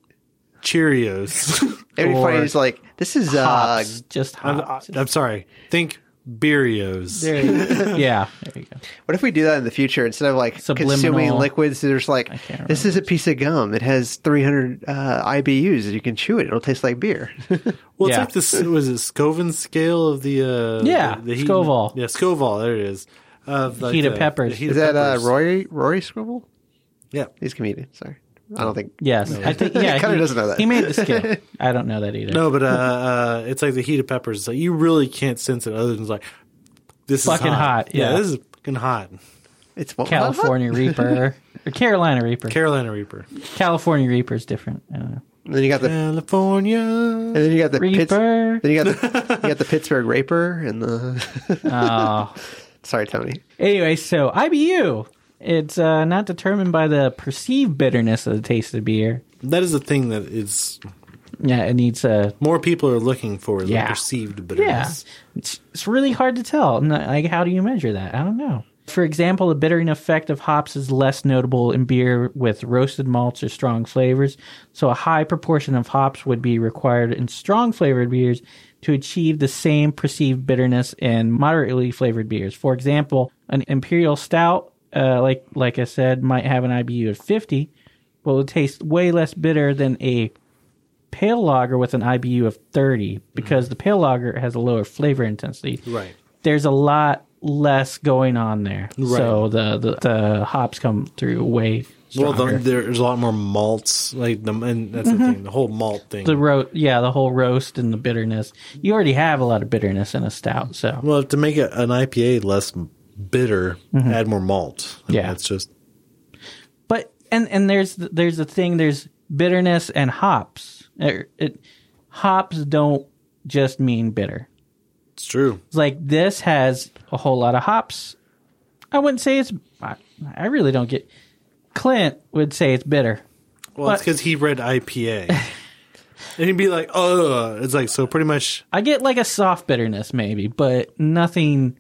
S2: Cheerios.
S5: It'd be funny.
S4: Or
S5: It's like this is uh,
S4: hops, just
S2: I'm, I-
S4: hops.
S2: I'm sorry. Think Beerios.
S4: There you go. yeah, there you go.
S5: What if we do that in the future instead of like
S4: Subliminal-
S5: consuming liquids? There's like
S4: can't
S5: this is a piece of gum. It has 300 uh, IBUs. You can chew it. It'll taste like beer.
S2: Well,
S4: Yeah.
S2: it's like this was it Scovin scale of the uh
S4: Yeah,
S2: the, the heat-
S4: Scoville.
S2: Yeah, Scoville. There it is. Of like
S4: Heat of
S2: the-
S4: peppers.
S2: the heat
S5: is
S2: of
S5: that uh,
S2: peppers.
S5: Rory Rory Scribble?
S2: Yeah.
S5: He's a comedian. Sorry, I don't think.
S4: Yes, I think. Yeah,
S5: Cutter
S4: he,
S5: doesn't know that.
S4: He made the scale. I don't know that either.
S2: No, but uh, uh, it's like the heat of peppers. It's Like you really can't sense it other than like this
S4: Fucking
S2: is hot.
S4: hot, yeah.
S2: this is fucking hot.
S5: It's what-
S4: California Reaper or Carolina Reaper.
S2: Carolina Reaper.
S4: California Reaper is different. I don't know.
S5: And then you got the
S2: California.
S5: and then you got the Pitts-
S4: Reaper.
S5: then you got the you got the Pittsburgh Raper and the
S4: Oh,
S5: Sorry, Tony.
S4: Anyway, so IBU. It's uh, not determined by the perceived bitterness of the taste of beer.
S2: That is a thing that is
S4: Yeah, it needs a
S2: more people are looking for the
S4: Yeah.
S2: perceived
S4: yeah.
S2: bitterness.
S4: It's, it's really hard to tell. N- Like, how do you measure that? I don't know. For example, the bittering effect of hops is less notable in beer with roasted malts or strong flavors. So, a high proportion of hops would be required in strong flavored beers to achieve the same perceived bitterness in moderately flavored beers. For example, an imperial stout, uh, like like I said, might have an IBU of fifty, but will taste way less bitter than a pale lager with an IBU of 30 because the pale lager has a lower flavor intensity.
S2: Mm-hmm. Right.
S4: There's a lot less going on there. So the, the, the hops come through way
S2: Well,
S4: stronger.
S2: the,
S4: the,
S2: there's a lot more malts, like the, and that's the thing, the whole malt thing.
S4: ro- yeah, Mm-hmm. the whole roast and the bitterness. You already have a lot of bitterness in a stout, so
S2: well, to make it an IPA less bitter, add more malt. I mean,
S4: Mm-hmm. Yeah.
S2: it's just
S4: but and and there's there's a thing there's bitterness and hops. Er, it- hops don't just mean bitter.
S2: it's true.
S4: It's like this has a whole lot of hops. I wouldn't say it's. I, I really don't get. Clint would say it's bitter.
S2: Well, it's
S4: But-
S2: because he read IPA, and he'd be like, "Oh, it's like so." Pretty much,
S4: I get like a soft bitterness maybe, but nothing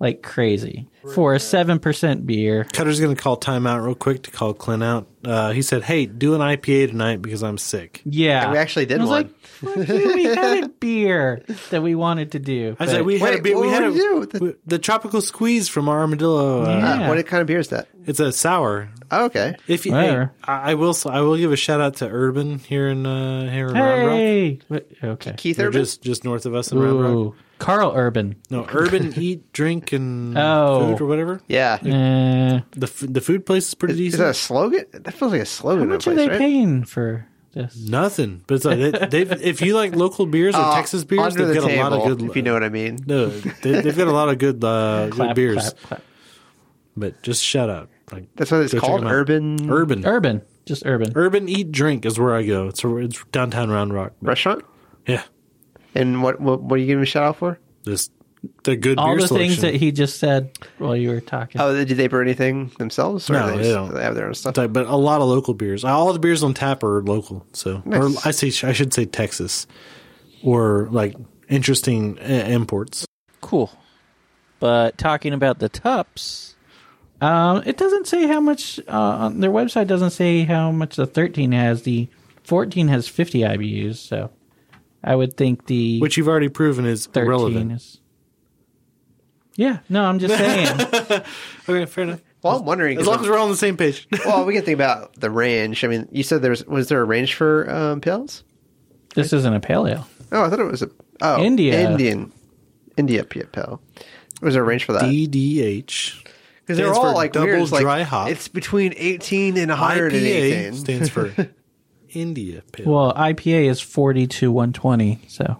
S4: like crazy for a seven percent beer.
S2: Cutter's gonna call timeout real quick to call Clint out. Uh, he said, "Hey, do an IPA tonight because I'm sick."
S4: Yeah,
S5: And we actually did
S4: I was
S5: one.
S4: Like, Fuck you, we had a beer that we wanted to do.
S2: I said,
S4: but-
S2: "We had
S5: Wait,
S2: a bit. We
S5: what
S2: had a,
S5: did you do?
S2: we- the tropical squeeze from Armadillo. Uh,
S4: Yeah.
S5: Uh, what kind of beer is that?
S2: It's a sour.
S5: Oh, okay.
S2: If you, hey,
S4: Whatever.
S2: I I will, s- I will give a shout out to Urban here in uh, here in Round Rock.
S4: hey, What- okay,
S5: Keith
S2: They're
S5: Urban?
S2: just just north of us in Round Rock.
S4: ooh, Carl Urban.
S2: No, Urban eat, drink, and
S4: Oh.
S2: food or whatever.
S5: yeah.
S4: Uh,
S2: The f- the food place is pretty
S5: Is, is
S2: decent.
S5: that a slogan? That feels like a slogan.
S4: how much
S5: of
S4: are
S5: a place,
S4: they
S5: right?
S4: paying for this?
S2: Nothing, but it's like they, they've, if you like local beers or
S5: Uh,
S2: Texas beers,
S5: under
S2: they've
S5: the
S2: got
S5: table,
S2: a lot of good.
S5: if you know what I mean.
S2: no, they, they've got a lot of good, uh, good
S4: Clap,
S2: beers.
S4: clap, clap.
S2: But just shout out. Like
S5: That's what it's
S2: go check
S5: called,
S2: them out.
S5: Urban-
S2: Urban.
S4: Urban, just urban.
S2: Urban Eat Drink is where I go. It's it's downtown Round Rock. But
S5: Restaurant?
S2: yeah,
S5: And what, what what are you giving a shout out for?
S2: this the good
S4: all
S2: beer
S4: the
S2: selection.
S4: things that he just said while you were talking.
S6: Uh,
S5: Oh, did they brew anything themselves? Or
S2: No,
S5: they,
S2: they
S5: just-
S2: don't.
S5: they have their own stuff.
S2: Type, but a lot of local beers. All the beers on tap are local. So,
S5: Nice.
S2: or I say I should say Texas, or like interesting uh, imports.
S6: Cool. But talking about the Tups,
S4: Um, it doesn't say how much. Uh, on their website doesn't say how much the 13 has. The 14 has 50 IBUs, so I would think the
S2: Which you've already proven is
S4: 13
S2: relevant.
S4: is. Yeah, no, I'm just saying.
S2: Okay, fair enough.
S5: Well, I'm wondering.
S2: As
S5: 'cause
S2: long as we're all on the same page.
S5: well, we can think about the range. I mean, you said there was was there a range for um, pills?
S4: this isn't a pale ale.
S5: Oh, I thought it was a oh
S4: India.
S5: Indian India p- pill. Was there a range for that?
S2: DDH
S5: Because they're
S2: stands for
S5: all like
S2: double
S5: weird. It's like,
S2: dry hop.
S5: It's between eighteen and higher than
S2: IPA
S5: eighteen.
S2: stands for India Pale.
S4: Well, IPA is 40 to 120, so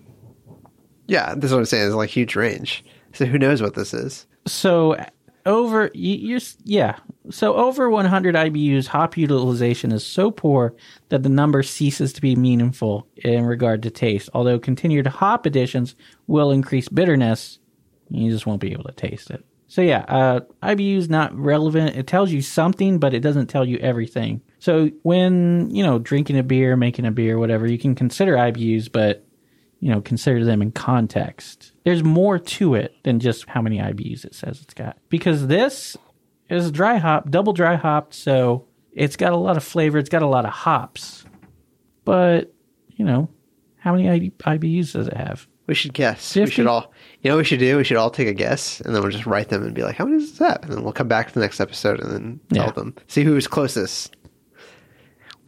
S5: yeah, that's what I'm saying. It's like huge range. So who knows what this is?
S4: so over you, you're s- yeah so over 100 ibus hop utilization is so poor that the number ceases to be meaningful in regard to taste although continued hop additions will increase bitterness you just won't be able to taste it so yeah uh, ibu is not relevant it tells you something but it doesn't tell you everything so when you know drinking a beer making a beer whatever you can consider ibus but you know, consider them in context. There's more to it than just how many IBUs it says it's got. Because this is dry hop, double dry hopped, so it's got a lot of flavor, it's got a lot of hops. But, you know, how many ID- IBUs does it have?
S5: We should guess. We
S4: 50?
S5: should all. You know, what we should do. We should all take a guess, and then we'll just write them and be like, "How many is that?" And then we'll come back to the next episode and then
S4: Yeah.
S5: tell them. See who's closest.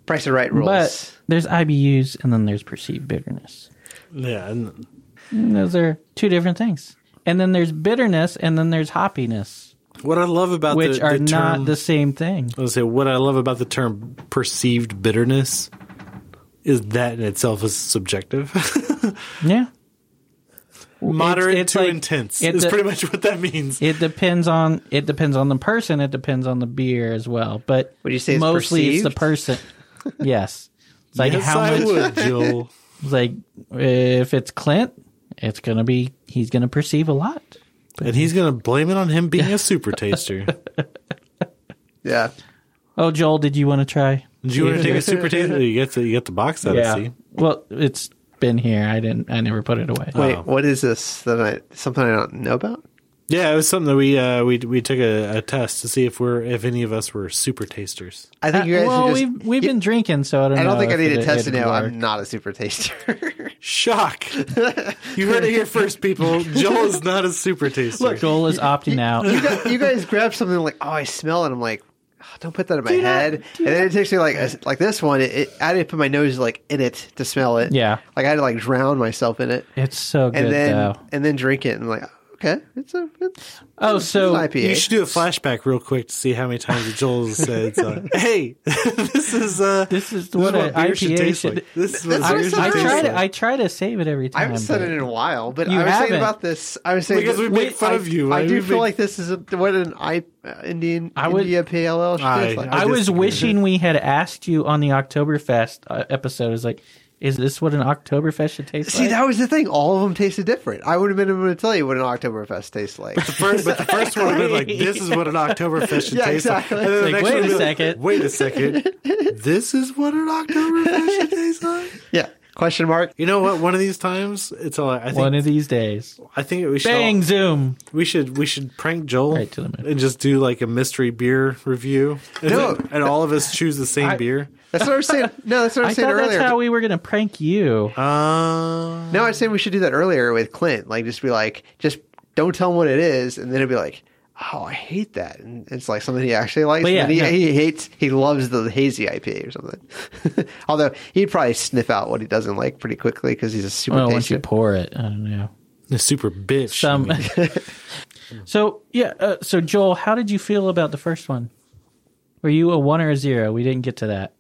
S5: Price and right rules.
S4: But there's IBUs and then there's perceived bitterness.
S2: yeah, and
S4: And those are two different things. And then there's bitterness and then there's hoppiness,
S2: what I love about
S4: which
S2: the,
S4: are
S2: the term,
S4: not the same
S2: I
S4: thing.
S2: was gonna say what I love about the term perceived bitterness is that in itself is subjective.
S4: Yeah.
S2: Moderate
S4: it's
S2: to
S4: like-
S2: intense
S4: it's
S2: is
S4: a-
S2: pretty much what that means.
S4: It depends on it depends on the person. It depends on the beer as well. But
S5: Would you say it's
S4: mostly it's the
S5: perceived?
S4: person. yes, it's like how
S2: I
S4: much.
S2: would, Joel.
S4: It's like if it's Clint, it's gonna be he's gonna perceive a lot.
S2: And he's going to blame it on him being a super taster.
S5: Yeah.
S4: Oh, Joel, did you want to try?
S2: Do you want to take a super taster? You get the, you get the box out of see.
S4: Well, it's been here. I didn't. I never put it away.
S5: Wait, what is this that I something I don't know about?
S2: Yeah, it was something that we uh, we we took a, a test to see if we're if any of us were super tasters.
S5: I think you guys
S4: Uh, well,
S5: are just.
S4: we've we've been drinking, so I don't.
S5: I
S4: know
S5: don't think I
S4: if
S5: need
S4: it-
S5: to test it
S4: it'd
S5: now.
S4: work.
S5: I'm not a super taster.
S2: Shock! you heard it here first, people. Joel is not a super taster.
S4: Look, Joel is opting out.
S5: you, guys, you guys grab something like, oh, I smell it. I'm like, oh, don't put that in my head. and then it takes me like a- like this one. It, it, I didn't put my nose like in it to smell it.
S4: Yeah.
S5: like I had to like drown myself in it,
S4: It's so good
S5: and then
S4: though.
S5: and then drink it. And like, okay, it's a it's,
S4: Oh,
S5: it's an
S4: so
S5: IPA.
S2: you should do a flashback real quick to see how many times Joel said, uh, "Hey, this is uh,
S4: this is what,
S2: what
S4: an
S2: beer should
S4: IPA
S2: taste
S4: should.
S2: like. This is what
S5: That's
S4: I,
S5: what
S2: beer should
S4: I
S5: said
S2: taste
S4: try
S2: like."
S4: to I try to save it every
S5: I
S4: time.
S5: haven't said
S4: but-
S5: it in a while, but
S4: You
S5: I was
S4: haven't.
S5: saying about this. I was saying
S2: Because we
S5: that-
S2: make fun
S5: I,
S2: of you.
S5: I,
S2: We
S5: do feel
S2: make-
S5: like this is a, what an I, uh, Indian
S4: I would-
S5: India PLL should
S2: I-
S5: taste like.
S4: I,
S2: I
S4: was
S2: disagree.
S4: wishing we had asked you on the Oktoberfest uh, episode. It was like, is this what an Oktoberfest should taste
S5: See,
S4: like?
S5: that was the thing. All of them tasted different. I would have been able to tell you what an Oktoberfest tastes like.
S2: First, but the first one would have been like, "This is what an Oktoberfest should
S5: Yeah,
S2: taste
S5: exactly.
S2: like." And then the
S4: Like,
S2: next
S4: wait
S2: one
S4: a
S2: would be like,
S4: second.
S2: wait a second, this is what an Oktoberfest should taste like.
S5: yeah. Question mark.
S2: You know what? One of these times, it's all. I think.
S4: One of these days.
S2: I think we should. all-
S4: Bang, zoom.
S2: We should. We should prank Joel
S4: Right to the moon.
S2: and just do like a mystery beer review. And,
S5: No.
S2: then- and all of us choose the same
S4: I-
S2: beer.
S5: That's what I was saying. No, that's what I
S4: I
S5: was saying
S4: thought
S5: earlier.
S4: that's how we were going to prank you.
S2: Uh,
S5: No, I was saying we should do that earlier with Clint. Like, just be like, just don't tell him what it is, and then it'd be like, oh, I hate that, and it's like something he actually likes.
S4: But yeah,
S5: and he,
S4: no.
S5: he hates, he loves the hazy IPA or something. Although he'd probably sniff out what he doesn't like pretty quickly because he's a super
S4: Well, once
S5: taster.
S4: you pour it, I don't know.
S2: a super bitch.
S4: Some. so yeah. Uh, so Joel, how did you feel about the first one? Were you a one or a zero? We didn't get to that.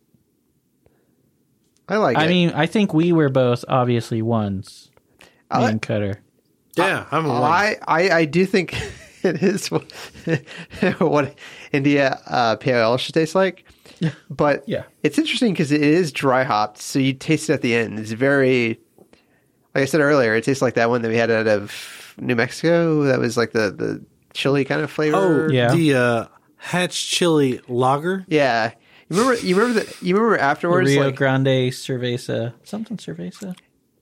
S5: I like.
S4: I
S5: it.
S4: mean, I think we were both obviously ones. Me
S5: like-
S4: and Cutter.
S2: yeah, I'm a one.
S5: I, I, I do think it is what, what India uh, PLL should taste like. But
S4: Yeah.
S5: it's interesting because it is dry hopped, so you taste it at the end. It's very, like I said earlier, it tastes like that one that we had out of New Mexico. That was like the the chili kind of flavor.
S2: Oh,
S4: Yeah.
S2: the uh, Hatch Chili Lager.
S5: yeah. You remember? You remember that? You remember afterwards?
S4: Rio
S5: like,
S4: Grande Cerveza, something Cerveza.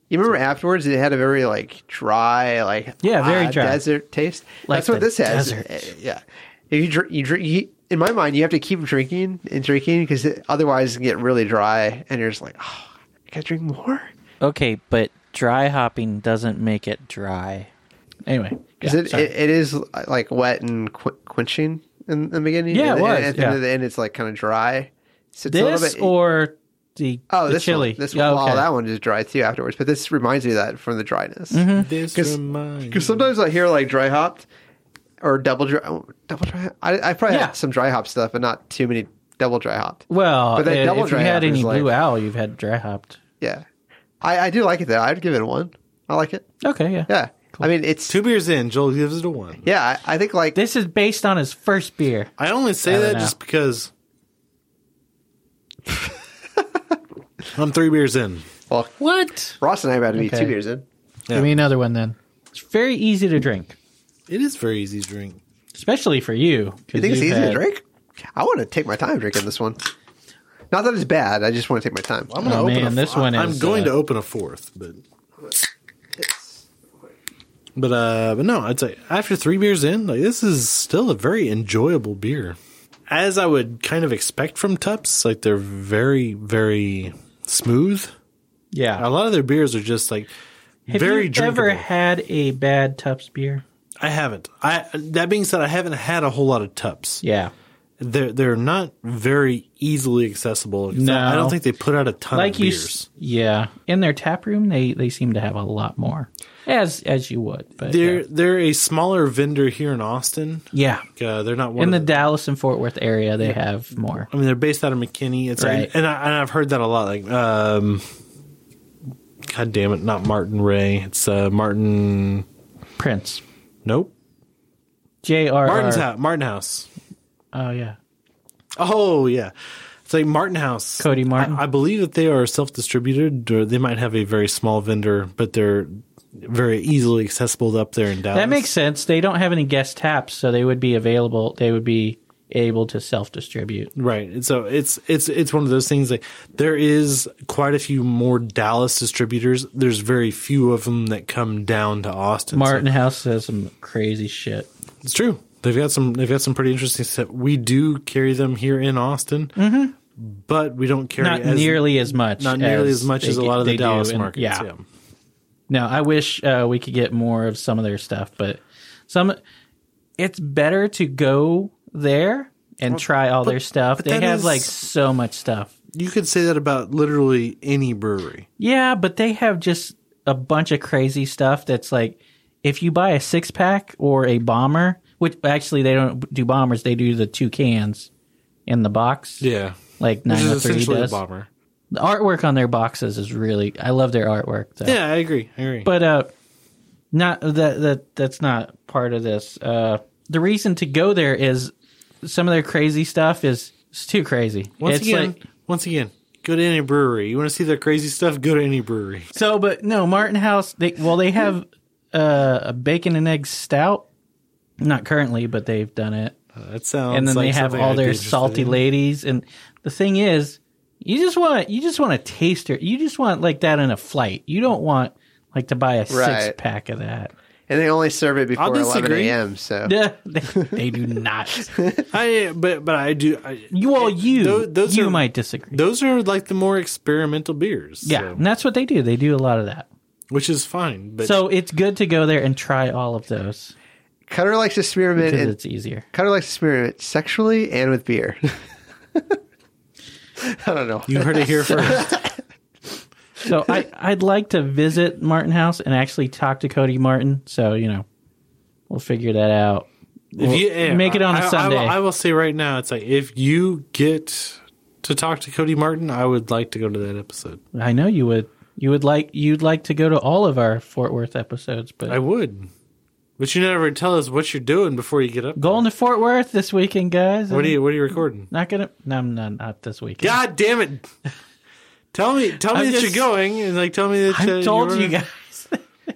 S5: you remember afterwards? It had a very like dry, like uh,
S4: Yeah, very dry.
S5: desert taste.
S4: Like
S5: That's what
S4: the
S5: this has.
S4: desert.
S5: Uh, Yeah, if you drink, you drink. You, in my mind, you have to keep drinking and drinking because otherwise, it can get really dry, and you're just like, oh, I gotta drink more.
S6: Okay, but dry hopping doesn't make it dry.
S4: Anyway,
S5: Because
S4: yeah,
S5: it,
S4: sorry.
S5: it, it is uh, like wet and qu- quenching in the beginning.
S4: Yeah, it
S5: and,
S4: was,
S5: And at the, end
S4: yeah.
S5: of the end, it's like kind of dry. So it's a little
S4: this
S5: bit,
S4: or the
S5: oh,
S4: the
S5: this
S4: chili.
S5: One, this
S4: Yeah,
S5: one,
S4: okay.
S5: wow, that one is dry too afterwards. But this reminds me of that from the dryness.
S4: Mm-hmm.
S2: This
S5: 'Cause-
S2: reminds.
S5: Because sometimes I hear like dry hopped or double dry. oh, Double dry. I, I probably
S4: Yeah.
S5: had some dry hop stuff, but not too many double dry hopped.
S4: Well,
S5: But that
S4: i-
S5: double
S4: if you
S5: dry hop
S4: had
S5: is
S4: any
S5: like-
S4: blue owl, you've had dry hopped.
S5: Yeah, I, I do like it though. I'd give it a one. I like it.
S4: Okay, yeah.
S5: Yeah, I mean it's
S2: Two beers in, Joel gives it a one.
S5: yeah. I, I think like
S4: This is based on his first beer.
S2: I only say
S4: I don't
S2: that
S4: know.
S2: just because I'm three beers in.
S5: well,
S4: What?
S5: Ross and I are about to be
S4: Okay.
S5: two beers in.
S2: Yeah.
S4: Give me another one then. It's very easy to drink,
S2: It is very easy to drink.
S4: especially for you.
S5: You think it's easy to drink? I want to take my time drinking this one. Not that it's bad. I just want to take my time.
S2: I'm gonna
S4: Oh,
S2: open
S4: man,
S2: a,
S4: this one
S2: I'm
S4: is,
S2: going
S4: uh,
S2: to open a fourth, but but uh, but no, I'd say after three beers in, like this is still a very enjoyable beer, as I would kind of expect from Tups. Like they're very very smooth.
S4: Yeah.
S2: A lot of their beers are just like
S4: Have
S2: very
S4: you
S2: drinkable.
S4: ever had a bad Tups beer?
S2: I haven't. I that being said, I haven't had a whole lot of Tups.
S4: Yeah.
S2: they're they're not very easily accessible.
S4: No.
S2: I don't think they put out a ton
S4: Like
S2: of
S4: you,
S2: beers.
S4: s- yeah. In their tap room, they they seem to have a lot more, as as you would. But uh,
S2: They're
S4: yeah,
S2: they're a smaller vendor here in Austin.
S4: yeah.
S2: Uh, they're not one
S4: in the
S2: of the.
S4: Dallas and Fort Worth area, they have more.
S2: I mean, they're based out of McKinney. It's
S4: Right.
S2: and, I, and I've heard that a lot. Like, um, God damn it, not Martin Ray. It's uh, Martin.
S4: Prince,
S2: Nope,
S4: J.R.
S2: Martin's house. Martin House.
S4: Oh yeah,
S2: Oh yeah, it's like Martin House.
S4: Cody Martin.
S2: I, I believe that they are self distributed, or they might have a very small vendor, but they're very easily accessible up there in Dallas.
S4: That makes sense. They don't have any guest taps, so they would be available. They would be able to self distribute.
S2: Right. And so it's it's it's one of those things like there is quite a few more Dallas distributors. There's very few of them that come down to Austin. So
S4: Martin House says some crazy shit.
S2: it's true. They've got some they've got some pretty interesting stuff. We do carry them here in Austin. Mm-hmm. But we don't carry
S4: Not
S2: as,
S4: nearly as much.
S2: not nearly as, much
S4: they
S2: as a lot
S4: get-
S2: of the
S4: they do
S2: Dallas
S4: in-
S2: markets.
S4: yeah. No, I wish uh, we could get more of some of their stuff, but some it's better to go there and try all their stuff.
S2: but
S4: They
S2: that
S4: have
S2: is-
S4: like so much stuff.
S2: You could say that about literally any brewery.
S4: Yeah, but they have just a bunch of crazy stuff that's like if you buy a six pack or a bomber, which actually they don't do bombers, they do the two cans in the box.
S2: Yeah.
S4: Like
S2: Which
S4: nine
S2: is
S4: oh three
S2: essentially
S4: does.
S2: a bomber.
S4: The artwork on their boxes is really I love their artwork though.
S2: Yeah, I agree. I agree.
S4: But uh not that that that's not part of this. Uh the reason to go there is some of their crazy stuff is it's too crazy.
S2: once
S4: it's
S2: again,
S4: like
S2: once again, go to any brewery. You want to see their crazy stuff? Go to any brewery.
S4: So, but no, Martin House. They well, they have uh, a bacon and egg stout. Not currently, but they've done it.
S2: That sounds.
S4: and then
S2: Oh, like
S4: they have
S2: something
S4: all
S2: I'd be
S4: their
S2: interested
S4: salty
S2: in.
S4: ladies. And the thing is, you just want you just want a taster. You just want like that in a flight. You don't want like to buy a six
S5: Right.
S4: pack of that.
S5: And they only serve it before 11
S2: disagree.
S5: a.m. So
S4: Yeah, they, they do not.
S2: I but but I do. I,
S4: You well, you
S2: Tho- those
S4: you
S2: are-
S4: might disagree.
S2: those are like the more experimental beers.
S4: yeah,
S2: so-
S4: and that's what they do. They do a lot of that.
S2: which is fine. But
S4: So it's good to go there and try all of those
S5: Cutter likes to spearmint.
S4: because
S5: And,
S4: it's easier.
S5: Cutter likes to spearmint sexually and with beer. I don't know.
S2: you heard it here first.
S4: So I, I'd like to visit Martin House and actually talk to Cody Martin. So you know, we'll figure that out. We'll
S2: If you- yeah,
S4: make it on a
S2: I- I will-
S4: Sunday.
S2: I, will say right now, it's like if you get to talk to Cody Martin, I would like to go to that episode.
S4: I know you would. You would like. You'd like to go to all of our Fort Worth episodes, but
S2: I would. But you never tell us what you're doing before you get up.
S4: going to Fort Worth this weekend, guys.
S2: What
S4: and
S2: are you What are you recording?
S4: Not gonna. No, I'm not. Not this weekend.
S2: God damn it! Tell me, tell me
S4: I'm
S2: that
S4: just-
S2: you're going, and like tell me that uh,
S4: I told
S2: you're-
S4: you guys.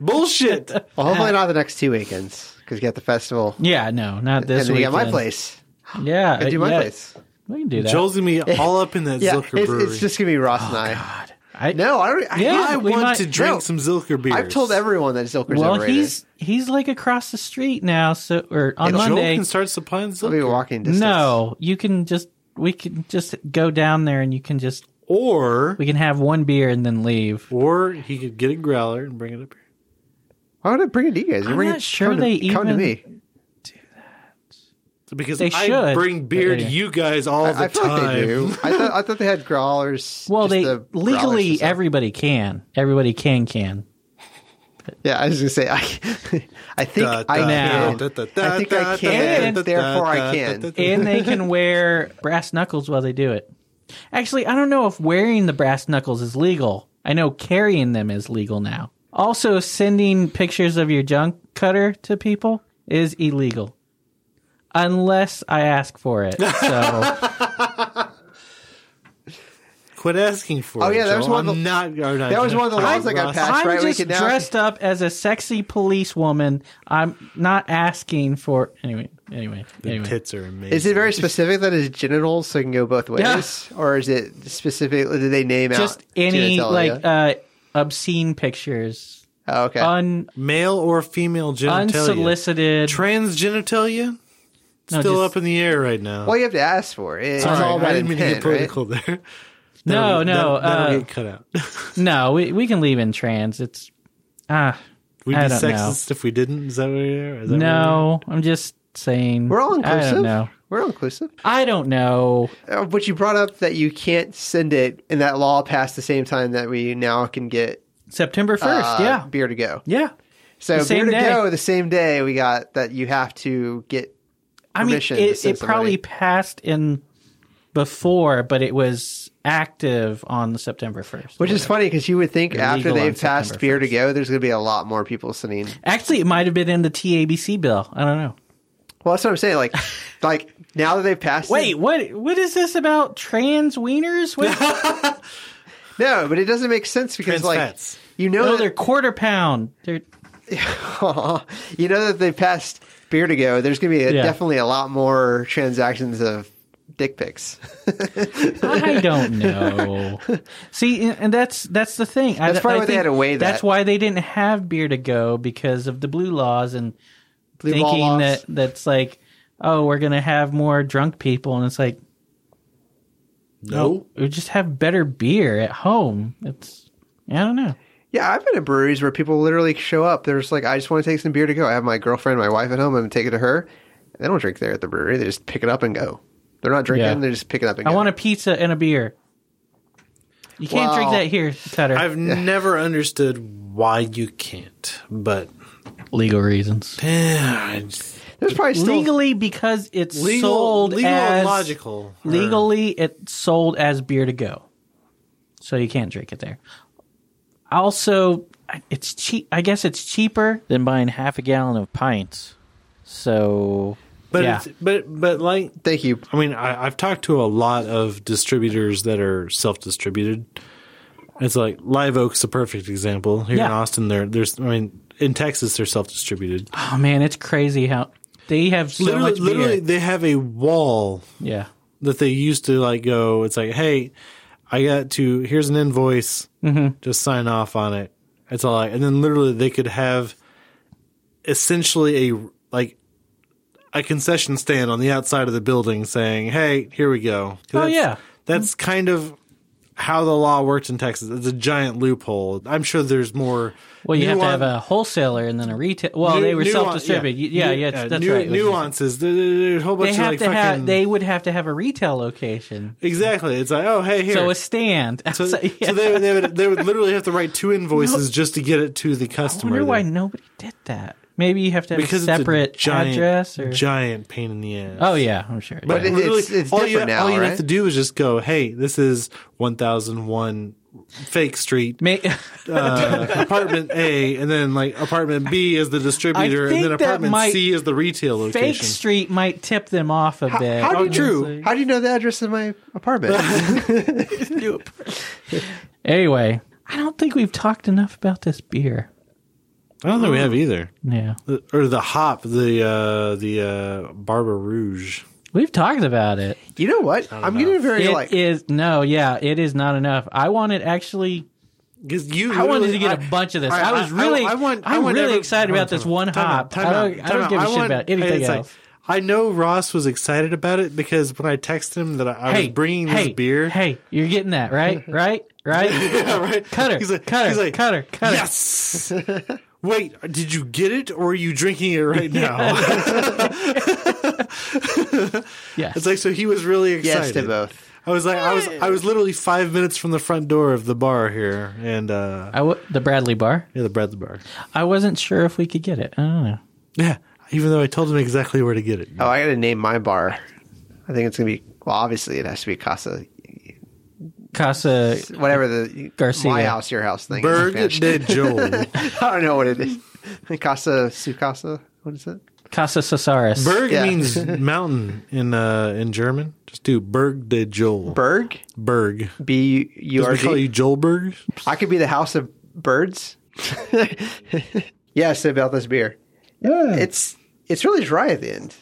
S2: bullshit.
S5: Well, hopefully not the next two weekends because you got the festival
S4: Yeah, no, not
S5: and
S4: this
S5: then you
S4: weekend.
S5: got my place.
S4: Yeah,
S5: I do my
S4: yeah,
S5: place.
S4: We can do that.
S2: Joel's gonna be all up in that
S5: Yeah,
S2: Uh, Zilker
S5: it's,
S2: brewery. Oh,
S5: it's just gonna be Ross and I.
S4: I,
S5: No, I don't. I,
S4: Yeah,
S2: I
S4: we
S2: want
S4: might-
S2: to drink
S5: No.
S2: some Zilker beers.
S5: I've told everyone that Zilker's
S4: Well,
S5: overrated.
S4: he's he's like across the street now. So or on
S5: Joel
S2: Joel
S4: Monday.
S2: can start supplying Zilker.
S5: I'll be walking distance.
S4: No, you can just we can just go down there and you can just
S2: Or
S4: we can have one beer and then leave.
S2: or he could get a growler and bring it up here.
S5: why would I bring it to you guys? You're
S4: I'm
S5: bringing-
S4: not sure
S5: come to-
S4: they
S5: come to
S4: even-
S5: me.
S2: Because
S4: They
S2: I
S4: should.
S2: bring beer to
S4: Yeah.
S2: you guys all the
S5: I feel
S2: time.
S5: like they do. I thought, I thought they had growlers.
S4: Well,
S5: just
S4: they
S5: the growlers or
S4: legally
S5: something.
S4: everybody can. Everybody can can.
S5: Yeah, I was gonna say I. I think
S2: Da,
S5: I
S2: da,
S5: can.
S2: da, da, da,
S5: I think I
S2: da,
S5: can.
S2: da, da,
S5: Therefore,
S2: da,
S5: I
S2: da,
S5: can.
S2: da,
S4: And they can wear brass knuckles while they do it. Actually, I don't know if wearing the brass knuckles is legal. I know carrying them is legal now. Also, sending pictures of your junk cutter to people is illegal. Unless I ask for it. So
S2: Quit asking for
S5: Oh,
S2: it.
S5: yeah, that was
S2: Joel.
S5: one of
S2: I'm
S5: the-
S2: not, I'm not-
S5: that was one of the laws that got
S2: Ross.
S5: passed. That's
S4: I'm
S5: right, we
S4: just
S5: can now-
S4: dressed up as a sexy policewoman. I'm not asking for anyway. Anyway,
S2: The
S4: anyway.
S2: tits are amazing.
S5: Is it very specific that it's genitals, so it can go both ways,
S4: Yeah.
S5: or is it specific? Did they name out
S4: Just any
S5: genitalia?
S4: like uh, obscene pictures,
S5: oh, okay.
S4: un
S2: male or female genitalia?
S4: unsolicited.
S2: Trans genitalia?
S4: No,
S2: Still
S4: just-
S2: up in the air right now.
S5: well, you have to ask for it. It's
S2: Sorry,
S5: all
S2: I
S5: about
S2: didn't mean to
S5: intent,
S2: get political there. That'll-
S4: no, no,
S2: that'll, that'll
S4: uh,
S2: get cut out.
S4: no. We we can leave in trans. It's ah
S2: We'd be
S4: I don't know.
S2: sexist if we didn't. Is that what you're? Is that
S4: no. I'm just saying.
S5: right? We're all inclusive.
S4: I don't know.
S5: We're all inclusive.
S4: I don't know.
S5: Uh, But you brought up that you can't send it, and that law passed the same time that we now can get
S4: September first.
S5: uh,
S4: yeah.
S5: beer to go.
S4: Yeah.
S5: So
S4: The
S5: beer
S4: same
S5: to
S4: day.
S5: go the same day we got that you have to get.
S4: I mean,
S5: permission to
S4: it,
S5: send
S4: it probably
S5: somebody.
S4: passed in before, but it was active on the September 1st.
S5: Which is funny because you would think
S4: They're
S5: after
S4: legal on
S5: they've passed
S4: September
S5: beer to
S4: 1st.
S5: go, there's going to be a lot more people sending.
S4: Actually, it might have been in the TABC bill. I don't know.
S5: Well, that's what I'm saying. Like, like now that they've passed, it-
S4: Wait, what? What is this about trans wieners? What?
S5: no, but it doesn't make sense because
S2: Trans
S5: like
S2: fats.
S5: You know
S4: No,
S5: that-
S4: they're quarter pound. They're
S5: you know that they passed beer to go. There's going to be a,
S4: Yeah.
S5: definitely a lot more transactions of dick pics.
S4: I don't know. See, and- and that's that's the thing. I-
S5: That's probably
S4: I
S5: why they
S4: think
S5: had to weigh
S4: That's
S5: that.
S4: why they didn't have beer to go because of the blue laws and
S5: Blue ball
S4: thinking
S5: laws.
S4: that that's like, oh, we're gonna have more drunk people, and it's like
S2: No.
S4: we just have better beer at home. It's I don't know.
S5: Yeah, I've been at breweries where people literally show up. They're just like, I just want to take some beer to go. I have my girlfriend, my wife at home. I'm going to take it to her. They don't drink there at the brewery. They just pick it up and go. They're not drinking.
S4: Yeah.
S5: They're just picking up and
S4: I
S5: go.
S4: want a pizza and a beer. You can't drink
S5: Wow.
S4: that here, Cutter.
S2: I've never understood why you can't, but
S4: legal reasons.
S2: eh, I just-
S5: There's probably still
S4: Legally, because it's
S2: legal,
S4: sold
S2: legal
S4: as
S2: and logical. are-
S4: Legally, it's sold as beer to go, so you can't drink it there. Also, I- it's cheap. I guess it's cheaper.
S6: Then buying half a gallon of pints. So
S2: but
S4: yeah.
S2: it's, but but like
S5: Thank you.
S2: I mean, I, I've talked to a lot of distributors that are self-distributed. It's like Live Oak's a perfect example here in
S4: Yeah.
S2: Austin. They're there's I mean in Texas they're self-distributed.
S4: Oh man, it's crazy how they have so
S2: literally,
S4: much beer.
S2: literally they have a wall
S4: yeah,
S2: that they used to like go. It's like, hey, I got to here's an invoice,
S4: Mm-hmm.
S2: just sign off on it. It's all like, and then literally they could have essentially a like a concession stand on the outside of the building saying, "Hey, here we go." 'Cause
S4: Oh,
S2: that's-
S4: yeah.
S2: that's kind of how the law worked in Texas. It's a giant loophole. I'm sure there's more.
S4: well, you have to
S2: nuance-
S4: have a wholesaler and then a retail. Well,
S2: nu-
S4: they were
S2: nuance-
S4: self-distributed. Yeah, yeah,
S2: Nu-
S4: it's- that's
S2: nu-
S4: right.
S2: Nuances. There- there- There's a whole bunch
S4: They
S2: of
S4: have
S2: like
S4: to
S2: fucking.
S4: have. They would have to have a retail location,
S2: Exactly. It's like, oh, hey, here.
S4: so a stand.
S2: So,
S4: So, yeah.
S2: so they, they would they would literally have to write two invoices just to get it to the
S4: I
S2: customer.
S4: wonder why
S2: then.
S4: nobody did that. Maybe you have to have
S2: because
S4: a separate
S2: it's a giant,
S4: address or.
S2: giant pain in the ass.
S4: Oh yeah, I'm sure.
S2: but
S5: But it-
S2: literally,
S5: it's- it's
S2: all you
S5: different now,
S2: all you
S5: right?
S2: have to do is just go, hey, this is one thousand one fake street
S4: May-
S2: uh, apartment A, and then like apartment B is the distributor, and
S4: think
S2: then
S4: that
S2: apartment
S4: might-
S2: C is the retail
S4: Fake
S2: location.
S4: Street might tip them off a bit.
S5: how do you-
S2: True.
S5: How do you know the address of my apartment?
S4: Anyway, I don't think we've talked enough about this beer.
S2: I don't think we have either,
S4: Yeah,
S2: The- or the hop, the uh, the uh, Barber Rouge.
S4: we've talked about it.
S5: you know what? I'm getting
S4: It
S5: very
S4: is
S5: like.
S4: no, yeah, it is not enough. I wanted actually.
S2: Because you,
S4: I wanted to
S2: literally-
S4: get a
S2: I-
S4: bunch of this.
S2: I-
S4: I, was really, I,
S2: I- I want- I
S4: am
S2: want
S4: really
S2: every-
S4: excited
S2: hold
S4: about
S2: on,
S4: this
S2: time
S4: one
S2: out,
S4: hop.
S2: time
S4: I
S2: out,
S4: don't, I
S2: time
S4: don't
S2: out.
S4: give a shit
S2: want-
S4: about anything
S2: it's like,
S4: else.
S2: I know Ross was excited about it because when I texted him that I, I
S4: hey,
S2: was bringing
S4: hey,
S2: this beer,
S4: Hey, you're getting that right, right, right.
S2: yeah, right?
S4: Cutter,
S2: He's like,
S4: cutter,
S2: he's like,
S4: cutter, cutter.
S2: Yes. Wait, did you get it or are you drinking it right now?
S4: Yes.
S2: it's like so he was really excited.
S5: Yes to both.
S2: I was like, I was, I was literally five minutes from the front door of the bar here, and uh,
S4: I w- the Bradley Bar.
S2: yeah, the bread bar.
S4: I wasn't sure if we could get it. Oh. I don't know.
S2: Yeah, even though I told him exactly where to get it.
S5: Oh, I got to name my bar. I think it's going to be. Well, obviously, it has to be Casa,
S4: Casa
S5: whatever the
S4: Garcia.
S5: my house, your house thing. is in
S2: Berg
S5: Spanish.
S2: de Joel.
S5: I don't know what it is. Casa su casa. What is it?
S4: Casa Cesaris.
S2: Berg
S5: Yeah.
S2: means mountain in uh, in German. Just do Berg de Joel.
S5: Berg.
S2: Berg.
S5: B U
S2: Does
S5: R
S2: we call you
S5: G.
S2: Joelberg?
S5: I could be the house of birds. yes, about this beer. It's it's really dry at the end,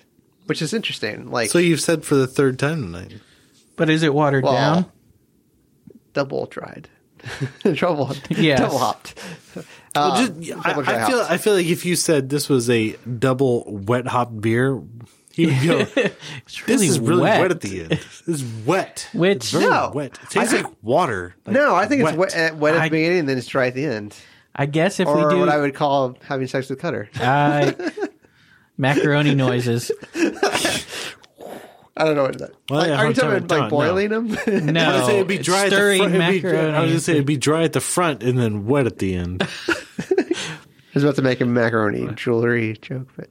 S5: which is interesting. Like
S2: So you've said for the third time tonight.
S4: But is it watered
S5: Well,
S4: down?
S5: double dried, trouble
S4: Yes.
S5: double hopped.
S2: Well,
S5: Um,
S2: just,
S5: double
S2: I,
S5: dry
S2: I feel
S5: hopped.
S2: I feel like if you said this was a double wet hop beer, he would go.
S4: It's
S2: this
S4: really
S2: is really wet.
S4: wet.
S2: at the end. It's wet.
S4: Which-
S2: it's very
S5: No.
S2: wet. It
S5: I
S2: tastes
S5: think-
S2: like water. Like
S5: no, I think it's wet, uh, wet at the
S4: I-
S5: beginning, and then it's dry at the end,
S4: I guess if
S5: or
S4: we do
S5: what I would call having sex with Cutter.
S4: I- macaroni noises.
S5: I don't know what that.
S2: Well,
S5: like,
S2: yeah,
S5: are you
S2: hold
S5: talking
S2: on,
S5: about like
S2: hold on,
S5: boiling them?
S4: No,
S2: I would say it'd be dry at the
S4: stirring
S2: front. It'd be,
S4: macaroni.
S2: I would just say it'd be dry at the front and then wet at the end.
S5: I was about to make a macaroni jewelry joke, but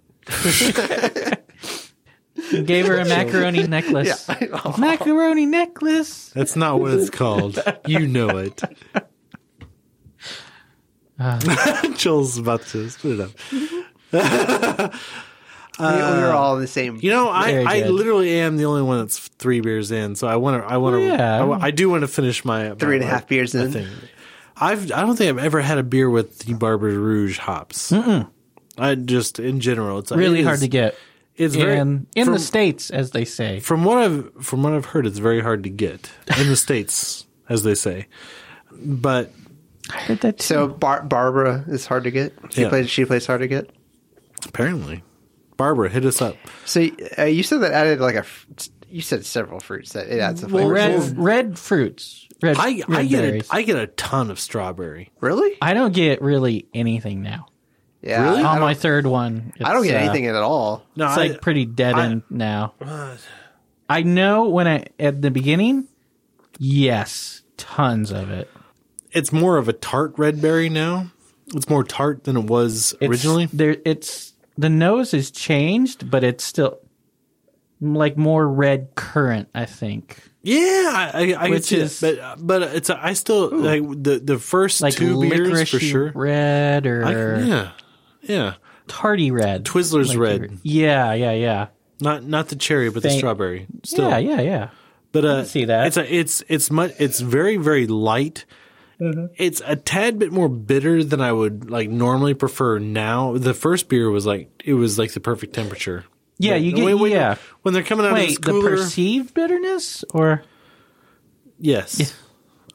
S4: Gave her a macaroni necklace. macaroni necklace.
S2: That's not what it's called. You know it.
S4: Uh.
S2: Joel's about to split it up.
S5: we, we were all in the same.
S2: Uh, You know,
S4: Very
S2: I, I
S4: good.
S2: literally am the only one that's three beers in, so I want to. I want to.
S4: Yeah.
S2: I, wa- I do want to finish my
S5: Three and a half beers
S2: I
S5: in.
S2: think. I've I don't think I've ever had a beer with the Barbers Rouge hops. I just in general, it's
S4: Really
S2: it
S4: hard
S2: is-
S4: to get.
S2: It's very
S4: in in
S2: from,
S4: the states, as they say.
S2: From what I've from what I've heard, it's very hard to get in the states, as they say. But
S4: I heard that too.
S5: So Bar- Barbara is hard to get. She
S2: Yeah.
S5: plays. She plays hard to get.
S2: apparently, Barbara hit us up.
S5: So uh, you said that added like a. f- You said several fruits that it adds a flavor.
S4: red red fruits. Red,
S2: I
S4: red
S2: I get a,
S4: berries.
S2: I get a ton of strawberry.
S5: really?
S4: I don't get really anything now.
S5: Yeah.
S2: Really?
S5: I,
S4: On
S5: don't,
S4: my third one,
S5: I don't
S4: it's,
S5: get
S4: uh,
S5: anything at all.
S2: No,
S4: It's
S2: I-
S4: like pretty dead
S2: I-
S4: end now. I know when I at the beginning, yes, tons of it.
S2: it's more of a tart red berry now. It's more tart than it was
S4: It's-
S2: originally.
S4: there it's the nose is changed, but it's still like more red currant. I think
S2: Yeah, I, I, I
S4: Which
S2: could see
S4: is-
S2: is, but but it's I still like the the first
S4: like
S2: two beers for
S4: licorice
S2: sure.
S4: red or
S2: I- yeah, yeah.
S4: tardy red.
S2: Twizzlers
S4: Like
S2: red,
S4: the- yeah, yeah, yeah,
S2: not not the cherry, but the
S4: Thank-
S2: strawberry. Still,
S4: yeah, yeah, yeah.
S2: But uh,
S4: see that.
S2: it's a, it's it's much it's very very light. It's a tad bit more bitter than I would like normally prefer. Now the first beer was like it was like the perfect temperature.
S4: Yeah, you get-
S2: when, when-
S4: yeah.
S2: when they're coming out
S4: Wait,
S2: of this cooler.
S4: the perceived bitterness or
S2: yes,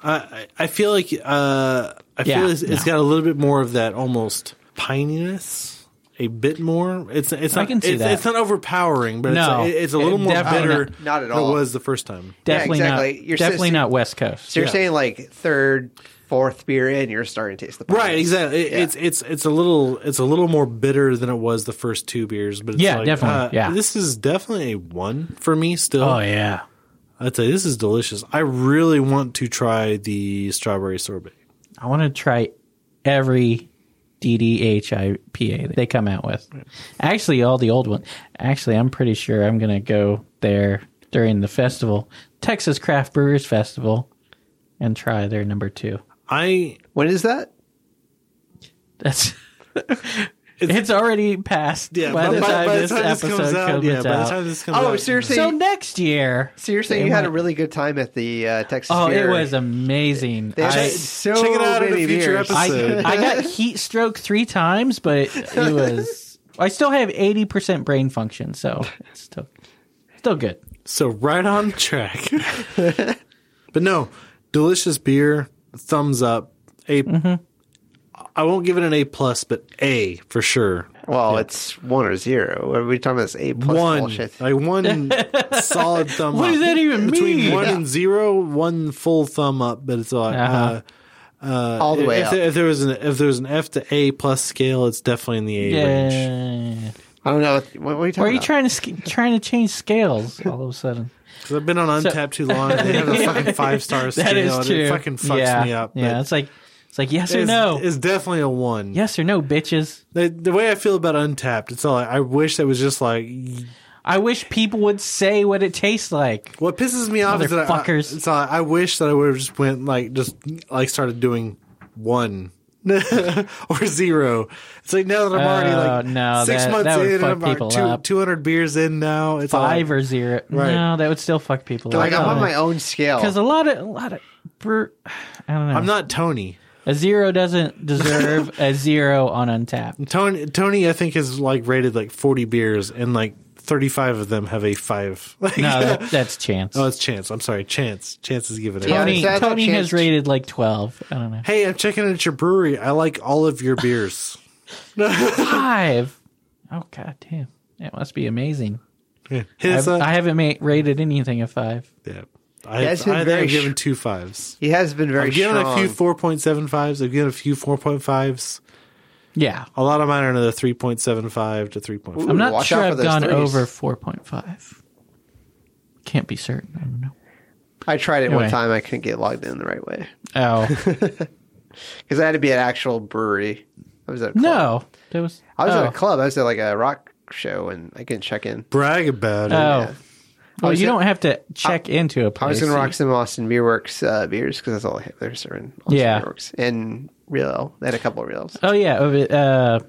S2: I I I feel like uh I
S4: Yeah,
S2: feel it's, it's
S4: no.
S2: got a little bit more of that almost pininess. A bit more. It's it's
S4: I
S2: not
S4: can see
S2: it's,
S4: that.
S2: it's not overpowering, but
S4: No.
S2: it's, it's a
S4: It
S2: little more
S4: definitely-
S2: bitter.
S5: Not- not at
S2: Than
S5: all.
S2: it was the first time.
S4: definitely
S5: exactly.
S4: not.
S5: You're
S4: definitely
S5: sis-
S4: not West Coast.
S5: So you're
S2: Yeah.
S5: saying like third, fourth beer in, you're starting to taste the
S2: Right,
S5: bitterness.
S2: exactly. It-
S5: Yeah.
S2: It's it's it's a little it's a little more bitter than it was the first two beers, but it's
S4: Yeah,
S2: like,
S4: definitely,
S2: uh,
S4: yeah.
S2: this is definitely a one for me. Still,
S4: Oh yeah.
S2: I'd say this is delicious. I really want to try the strawberry sorbet.
S4: I want to try every DDHIPA they come out with. Actually, all the old ones. Actually, I'm pretty sure I'm going to go there during the festival, Texas Craft Brewers Festival, and try their number two.
S2: I
S5: When is that?
S4: That's. It's, already passed by the time this episode comes out.
S2: yeah, by the time this comes
S5: Oh,
S2: out,
S5: seriously.
S4: so next year.
S5: So you're saying you had a really good time at the uh, Texas
S4: Oh,
S5: Fair.
S4: it was amazing.
S5: They had
S4: I-
S5: so
S2: check it out in a
S5: many
S2: future
S5: beers.
S2: episode.
S4: I, I got heat stroke three times, but it was. I still have eighty percent brain function, so it's still still good.
S2: So right on track. but no, delicious beer. Thumbs up. A.
S4: Mm-hmm.
S2: I won't give it an A plus, but A for sure.
S5: Well, it's one or zero. What are we talking about? This A plus
S2: one,
S5: bullshit.
S4: Uh,
S2: like one solid thumb
S4: What
S2: up.
S4: does that even
S2: Between
S4: mean?
S2: one and zero, one full thumb up, but it's like uh
S4: Uh-huh.
S5: All the way
S2: if,
S5: up.
S2: there, if there was an if there was an F to A plus scale, it's definitely in the A range.
S4: Yeah.
S5: I don't know. What, what are you talking
S4: Or are you
S5: about?
S4: trying to sc- trying to change scales all of a sudden?
S2: Because I've been on Untapped too long. and They have a fucking five star scale.
S4: That is
S2: and
S4: true.
S2: It fucking fucks
S4: yeah.
S2: me up.
S4: Yeah,
S2: but
S4: it's like it's like yes or
S2: it's,
S4: no,
S2: it's definitely a one.
S4: yes or no, bitches.
S2: The, the way I feel about Untapped, it's all like, I wish it was just like
S4: I wish people would say what it tastes like.
S2: what pisses me off is that I,
S4: Motherfuckers.
S2: it's all like, I wish that I would have just went like just like started doing one or zero. It's like now that I'm already like
S4: Oh, no,
S2: six
S4: that-
S2: months
S4: that would
S2: in, and
S4: fuck
S2: I'm
S4: people
S2: like
S4: up.
S2: two hundred beers in now. It's all
S4: Five
S2: like,
S4: or zero.
S2: Right.
S4: No, that would still fuck people.
S5: Like, I'm on
S4: up.
S5: my own scale.
S4: Because a lot of a lot of brew, I don't know.
S2: I'm not Tony.
S4: a zero doesn't deserve a zero on Untapped.
S2: Tony Tony I think is like rated like forty beers and like thirty five of them have a five. Like,
S4: No, that, that's chance.
S2: oh, it's Chance. I'm sorry, Chance. Chance is giving it.
S5: Yeah,
S4: Tony,
S5: that's- that's
S4: Tony
S5: Chance.
S4: has rated like twelve. I don't know
S2: Hey, I'm checking at your brewery. I like all of your beers.
S4: five. Oh god damn, that must be amazing.
S2: Yeah. Hit us
S4: I've,
S2: up.
S4: I haven't ma- rated anything a five.
S2: Yeah. I,
S5: Yeah,
S2: I
S5: it's been
S2: think
S5: very
S2: I've
S5: sh-
S2: given two fives.
S5: he has been very
S2: I've given
S5: strong.
S2: a few 4.75s. I've given a few 4.5s.
S4: Yeah,
S2: A lot of mine are another 3.75 to 3.5.
S5: Ooh,
S4: I'm not
S5: watch
S4: sure
S5: out for
S4: I've
S5: those
S4: gone
S5: threes.
S4: over four point five. Can't be certain. I don't know.
S5: I tried it one
S4: Anyway.
S5: time. I couldn't get logged in the right way
S4: Oh
S5: because I had to be at an actual brewery. I was at a club.
S4: no, that was
S5: I was
S4: oh.
S5: at a club. I was at like a rock show and I couldn't check in.
S2: Brag about it.
S4: Oh.
S5: yeah.
S4: Well,
S5: was
S4: you
S5: at-
S4: don't have to check into a place.
S5: I was going to
S4: You-
S5: rock some Austin Beer Works uh, beers because that's all they have. They're serving Austin
S4: Yeah.
S5: Beer Works and real. They had a couple of reels.
S4: Oh yeah, of it, uh,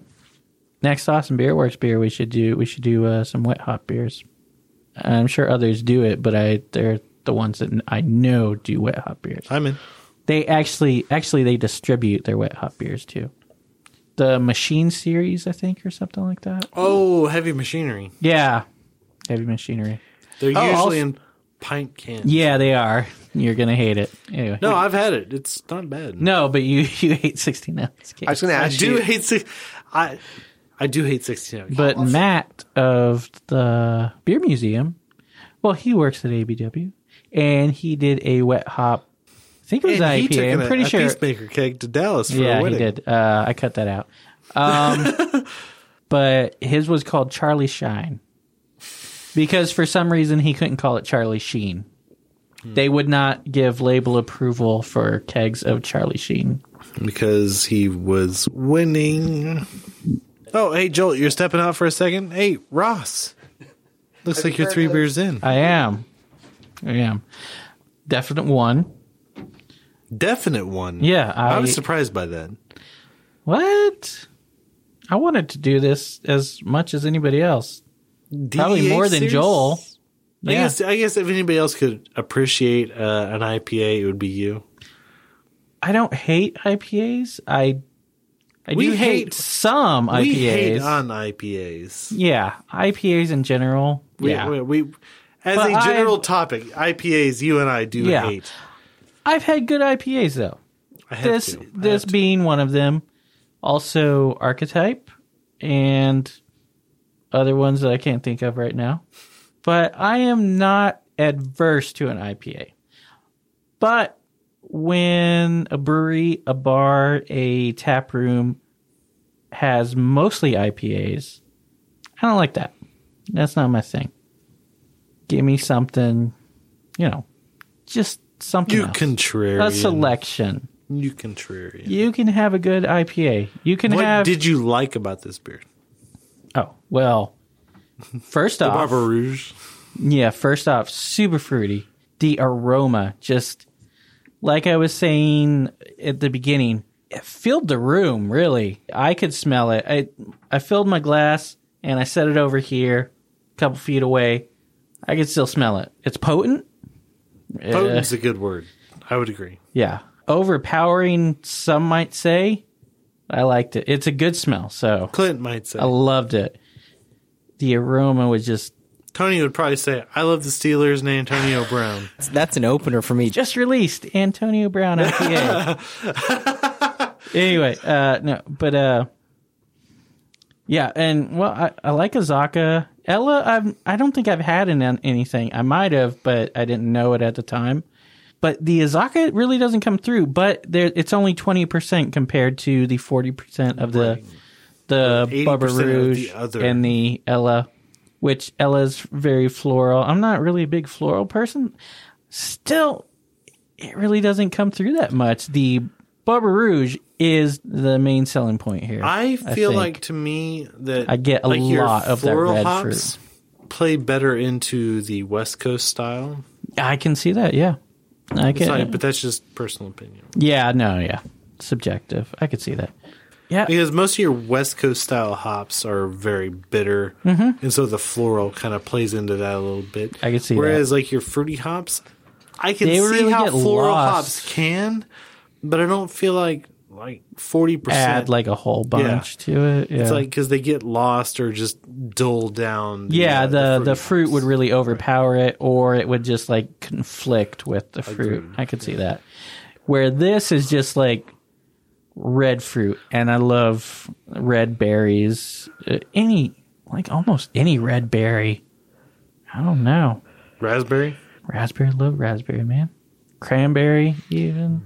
S4: next Austin Beer Works beer we should do we should do uh, some wet hop beers. I'm sure others do it, but I they're the ones that I know do wet hop beers.
S2: I'm in.
S4: They actually actually they distribute their wet hop beers too. The Machine series, I think, or something like that.
S2: Oh, heavy machinery.
S4: Yeah, Heavy Machinery.
S2: They're
S4: Oh, also-
S2: usually in pint cans.
S4: Yeah, they are. You're gonna hate it anyway.
S2: No, I've had it. It's not bad.
S4: no, but you you hate 16 ounce cans.
S5: I was going to
S2: I
S5: ask
S2: do
S5: you.
S2: hate six. I I do hate sixteen. ounce.
S4: But Matt of the Beer Museum, well, he works at ABW, and he did a wet hop. I think it was
S2: And he took
S4: IPA.
S2: in
S4: I'm
S2: a-
S4: pretty
S2: a
S4: sure.
S2: Peacemaker keg to Dallas for
S4: yeah,
S2: a
S4: he
S2: wedding.
S4: did. Uh, I cut that out. Um, but his was called Charlie Shine because for some reason he couldn't call it Charlie Sheen.
S2: Hmm.
S4: They would not give label approval for kegs of Charlie Sheen.
S2: because he was winning. Oh, hey Joel, you're stepping out for a second. Hey Ross, looks like you're three beers in.
S4: I am. I am. Definite one.
S2: Definite one.
S4: Yeah. I,
S2: I, was surprised by that.
S4: What? I wanted to do this as much as anybody else. Probably more than Joel.
S2: I
S4: Yeah.
S2: guess. I guess if anybody else could appreciate uh, an IPA, it would be you.
S4: I don't hate IPAs. I I
S2: We
S4: do hate,
S2: hate-
S4: some IPAs.
S2: We hate on IPAs.
S4: yeah, IPAs in general.
S2: We,
S4: yeah.
S2: we, we- as
S4: But
S2: a general
S4: I've-
S2: topic, IPAs, you and I do
S4: Yeah.
S2: hate.
S4: I've had good IPAs though.
S2: I have
S4: This
S2: to. I
S4: this
S2: have to.
S4: being one of them. Also Archetype and other ones that I can't think of right now. But I am not adverse to an IPA. But when a brewery, a bar, a tap room has mostly IPAs, I don't like that. That's not my thing. Give me something, you know, just something.
S2: you
S4: else.
S2: contrarian.
S4: a selection.
S2: You contrarian.
S4: You can have a good IPA. You can
S2: what
S4: have.
S2: did you like about this beer?
S4: oh well. First
S2: The
S4: off,
S2: Barber Rouge.
S4: Yeah, first off, super fruity. The aroma, just like I was saying at the beginning, it filled the room, really. I could smell it. I, I filled my glass and I set it over here, a couple feet away. I could still smell it. It's potent. Uh,
S2: Potent's a good word. I would agree.
S4: Yeah. Overpowering, some might say. I liked it. It's a good smell, so
S2: Clint might say.
S4: I loved it. The aroma was just
S2: Tony would probably say, I love the Steelers and Antonio Brown.
S8: That's an opener for me.
S4: just released Antonio Brown IPA. anyway, uh, no, but uh, yeah, and well, I, I like Azaka. Ella, I've, I don't think I've had an, anything. I might have, but I didn't know it at the time. But the Azaka really doesn't come through. But there, it's only twenty percent compared to the forty percent of the the
S2: Right.
S4: Bubba
S2: 80% of the
S4: Rouge
S2: other.
S4: and the Ella, which Ella's very floral. I'm not really a big floral person. Still, it really doesn't come through that much. The Bubba Rouge is the main selling point here.
S2: I feel
S4: think.
S2: like to me that
S4: I get a
S2: like your
S4: lot of that
S2: floral
S4: red
S2: hops play better into the West Coast style.
S4: I can see that. Yeah, I can.
S2: Sorry, but that's just personal opinion.
S4: yeah, no, yeah, subjective. I could see that. Yeah,
S2: Because most of your West Coast style hops are very bitter, and so the floral kind of plays into that a little bit.
S4: Mm-hmm. I can see
S2: Whereas like your fruity hops, I can
S4: They
S2: see
S4: really
S2: how
S4: get
S2: floral
S4: lost.
S2: hops can, but I don't feel like like forty
S4: add
S2: percent.
S4: like a whole bunch to it. Yeah.
S2: it's like because they get lost or just dull down.
S4: yeah,
S2: uh,
S4: the the
S2: fruity
S4: fruit
S2: hops.
S4: would really overpower it, or it would just like conflict with the fruit. I could see that. Where this is just like red fruit, and I love red berries. Uh, any like almost any red berry. I don't know.
S2: raspberry,
S4: Raspberry, love raspberry, man. Cranberry, even.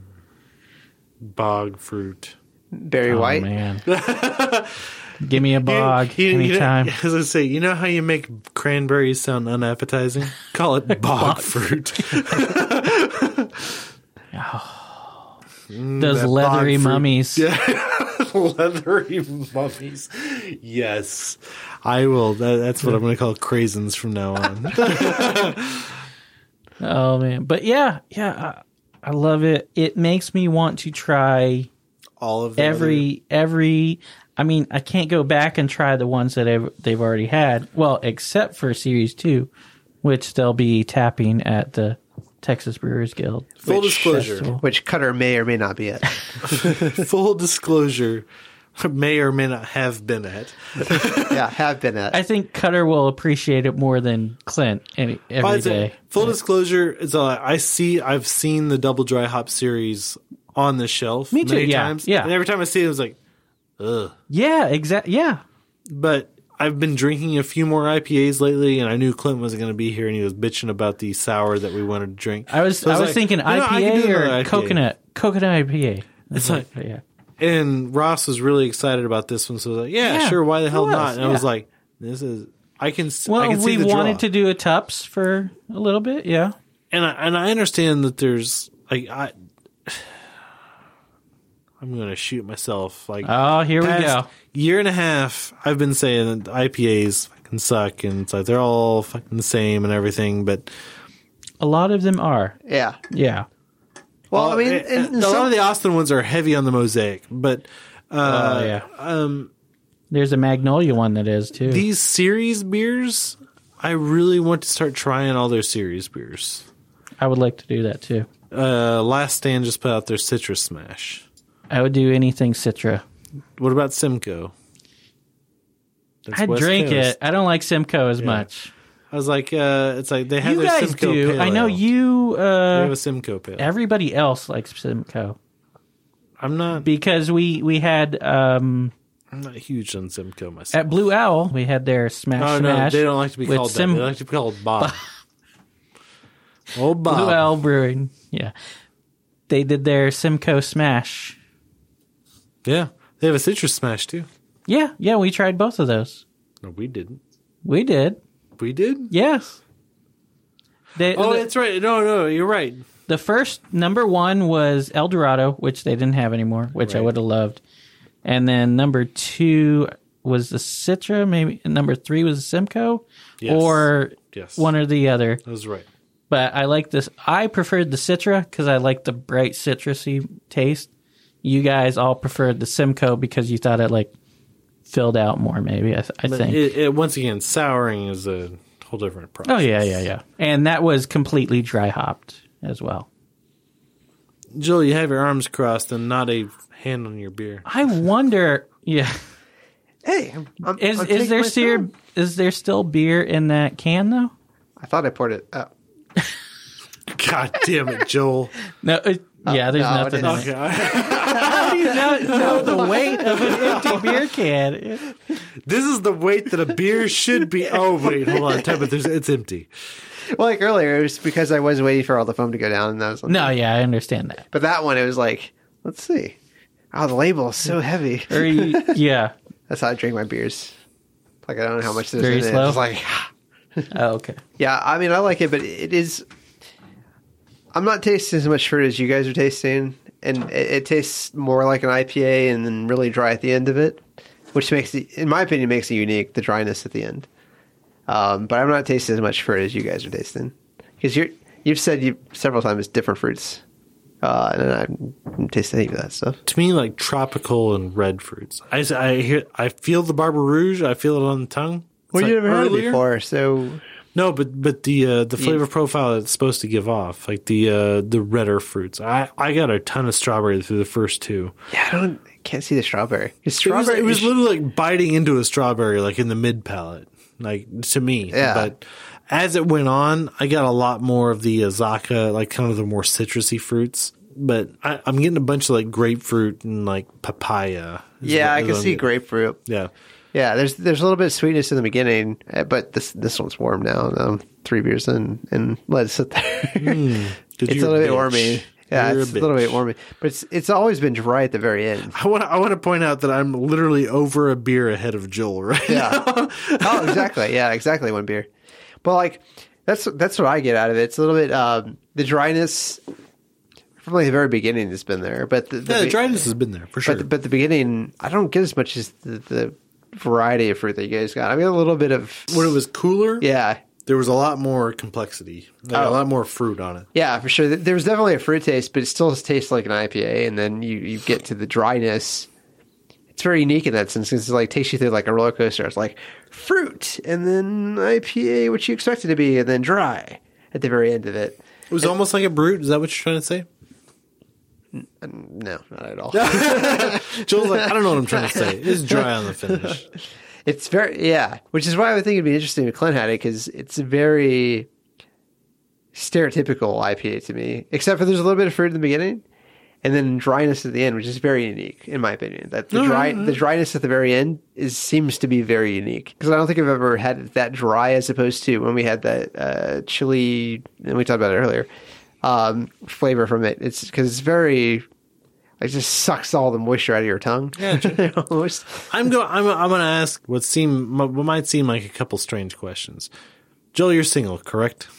S2: bog fruit.
S5: Barry
S4: Oh,
S5: White.
S4: man. Give me a bog anytime.
S2: You know, as I say, you know how you make cranberries sound unappetizing? Call it bog, fruit.
S4: Those
S2: Mm, that
S4: leathery
S2: bog fruit.
S4: mummies.
S2: leathery mummies. Yes, I will. That, that's what I'm going to call craisins from now on.
S4: Oh man, but yeah, yeah, I, I love it. It makes me want to try
S2: All of the
S4: every every. I mean, I can't go back and try the ones that I've, they've already had. Well, except for series two, which they'll be tapping at the Texas Brewers Guild.
S2: Full
S4: Which
S2: disclosure.
S4: festival.
S5: Which Cutter may or may not be at.
S2: Full disclosure may or may not have been at.
S5: yeah, have been at.
S4: I think Cutter will appreciate it more than Clint any, every
S2: I'd say
S4: day.
S2: Full disclosure is uh, I see I've seen the double dry hop series on the shelf
S4: Me too,
S2: many
S4: yeah,
S2: times.
S4: yeah.
S2: And every time I see it, I was like,
S4: Yeah, exactly. Yeah.
S2: but I've been drinking a few more IPAs lately, and I knew Clint was going to be here, and he was bitching about the sour that we wanted to drink.
S4: I was
S2: So
S4: I was
S2: like,
S4: thinking
S2: you know, I could
S4: IPA
S2: do
S4: or
S2: another IPA.
S4: coconut coconut IPA.
S2: It's like,
S4: yeah.
S2: and Ross was really excited about this one, so I was like, "Yeah,
S4: Yeah,
S2: sure, why the
S4: he
S2: hell
S4: was,
S2: not?" And I was
S4: yeah.
S2: like, "This is I can s- I
S4: Well,
S2: can see
S4: we
S2: the
S4: wanted
S2: draw.
S4: to do a Tups for a little bit. Yeah.
S2: and I, and I understand that there's like I I'm gonna shoot myself like
S4: Oh, here we
S2: past
S4: go.
S2: year and a half I've been saying that IPAs fucking suck and it's like they're all fucking the same and everything, but
S4: A lot of them are.
S5: yeah.
S4: Yeah.
S5: Well, I mean,
S2: Uh,
S5: in, in
S2: a lot
S5: some-
S2: of the Austin ones are heavy on the mosaic, but
S4: Oh,
S2: uh,
S4: yeah. Um, There's a Magnolia one that is too.
S2: these series beers, I really want to start trying all their series beers.
S4: I would like to do that too.
S2: Uh, Last Stand just put out their Citrus Smash.
S4: I would do anything Citra.
S2: What about Simcoe? That's
S4: I
S2: West
S4: drink
S2: Coast.
S4: it. I don't like Simcoe as much.
S2: I was like, uh, it's like they have
S4: you
S2: their
S4: guys
S2: Simcoe
S4: do.
S2: Pale
S4: I know
S2: Ale.
S4: you.
S2: They
S4: Uh,
S2: have a Simcoe Pale. Ale.
S4: everybody else likes Simcoe
S2: I'm not,
S4: because we we had um,
S2: I'm not huge on Simcoe myself.
S4: at Blue Owl we had their Smash
S2: oh no,
S4: Smash.
S2: they don't like to be
S4: with
S2: called
S4: Sim-
S2: that. They like to be called Bob. oh Bob.
S4: Blue Owl Brewing. Yeah, they did their Simcoe Smash.
S2: Yeah, they have a Citrus Smash too.
S4: Yeah, yeah, we tried both of those.
S2: No, we didn't.
S4: We did.
S2: We did.
S4: Yes. They,
S2: Oh,
S4: the,
S2: that's right. No, no, you're right.
S4: the first number one was El Dorado, which they didn't have anymore, which I
S2: Right.
S4: would have loved. And then number two was the Citra, maybe and number three was Simcoe,
S2: Yes.
S4: or
S2: Yes.
S4: one or the other.
S2: That was right.
S4: But I like this. I preferred the Citra because I like the bright citrusy taste. You guys all preferred the Simcoe because you thought it like filled out more. Maybe I, th- I
S2: But
S4: think.
S2: it, it, once again, souring is a whole different process.
S4: oh yeah, yeah, yeah. And that was completely dry hopped as well.
S2: Jill, you have your arms crossed and not a hand on your beer.
S4: I wonder. Yeah.
S5: hey, I'm, I'm,
S4: Is
S5: I'm
S4: is
S5: taking
S4: there
S5: my
S4: seer,
S5: time.
S4: is there still beer in that can though?
S5: I thought I poured it. out.
S2: God damn it, Joel.
S4: No. It, yeah, there's
S5: Oh, no, it
S4: nothing.
S5: isn't.
S4: In it. How do you not know the weight of an empty beer can?
S2: This is the weight that a beer should be. Oh, wait, hold on. Time, but there's, it's empty.
S5: Well, like earlier, it was because I was waiting for all the foam to go down, and that was like,
S4: No, yeah, I understand that.
S5: But that one, it was like, let's see. Oh, the label is so heavy.
S4: Or you- yeah.
S5: That's how I drink my beers. Like I don't know how much there's
S4: Very
S5: in it.
S4: slow?
S5: It's like,
S4: Oh, okay.
S5: yeah, I mean, I like it, but it is. I'm not tasting as much fruit as you guys are tasting, and it, it tastes more like an IPA, and then really dry at the end of it, which makes it, in my opinion, makes it unique. The dryness at the end. Um, but I'm not tasting as much fruit as you guys are tasting because you're you've said you several times different fruits, uh, and I'm, I'm tasting any of that stuff.
S2: To me, like tropical and red fruits. I, s- I hear, I feel the Barber Rouge. I feel it on the tongue. It's
S5: Well, you
S2: like
S5: never heard it
S2: earlier.
S5: before, so
S2: No, but but the uh, the flavor profile it's supposed to give off, like the uh, the redder fruits. I, I got a ton of strawberry through the first two.
S5: yeah, I don't I can't see the strawberry. 'Cause
S2: It was,
S5: Strawberry,
S2: it was
S5: is-
S2: literally like biting into a strawberry, like in the mid palate, like to me.
S5: Yeah.
S2: But as it went on, I got a lot more of the azaka, like kind of the more citrusy fruits. But I, I'm getting a bunch of like grapefruit and like papaya. is
S5: yeah,
S2: what-
S5: I
S2: is
S5: can
S2: what I'm
S5: see
S2: getting.
S5: grapefruit.
S2: Yeah.
S5: Yeah, there's there's a little bit of sweetness in the beginning, eh, but this this one's warm now. and I'm three beers in and let it sit there.
S2: 'Cause
S5: it's a
S2: Hmm, you're
S5: little
S2: bitch.
S5: bit warmy. Yeah,
S2: You're
S5: it's a, little
S2: bitch.
S5: bit warmy, but it's it's always been dry at the very end.
S2: I want to I want to point out that I'm literally over a beer ahead of Joel right
S5: Yeah. oh, exactly. Yeah, exactly. One beer, but like that's that's what I get out of it. It's a little bit um, the dryness from like the very beginning has been there, but the,
S2: Yeah, the
S5: be-
S2: dryness has been there for sure.
S5: But, but the beginning, I don't get as much as the, the variety of fruit that you guys got. I get a little bit of
S2: when it was cooler,
S5: yeah, Oh.
S2: there was a lot more complexity, like a lot more fruit on it.
S5: yeah, for sure. There was definitely a fruit taste, but it still tastes like an IPA. And then you you get to the dryness. It's very unique in that sense because it like takes you through like a roller coaster. It's like fruit and then IPA, which you expect it to be, and then dry at the very end of it.
S2: was almost like a brute. Is that what you're trying to say?
S5: No, not at all.
S2: Joel's like, I don't know what I'm trying to say. It's dry on the finish.
S5: It's very yeah, which is why I would think it'd be interesting if Clint had it because it's a very stereotypical IPA to me, except for there's a little bit of fruit in the beginning, and then dryness at the end, which is very unique in my opinion. That the dry the dryness at the very end is seems to be very unique because I don't think I've ever had it that dry as opposed to when we had that uh, chili and we talked about it earlier um, flavor from it. It's because it's very. It just sucks all the moisture out of your tongue. Yeah, almost.
S2: I'm going. I'm. I'm going to ask what seem what might seem like a couple strange questions. Joel, you're single, correct?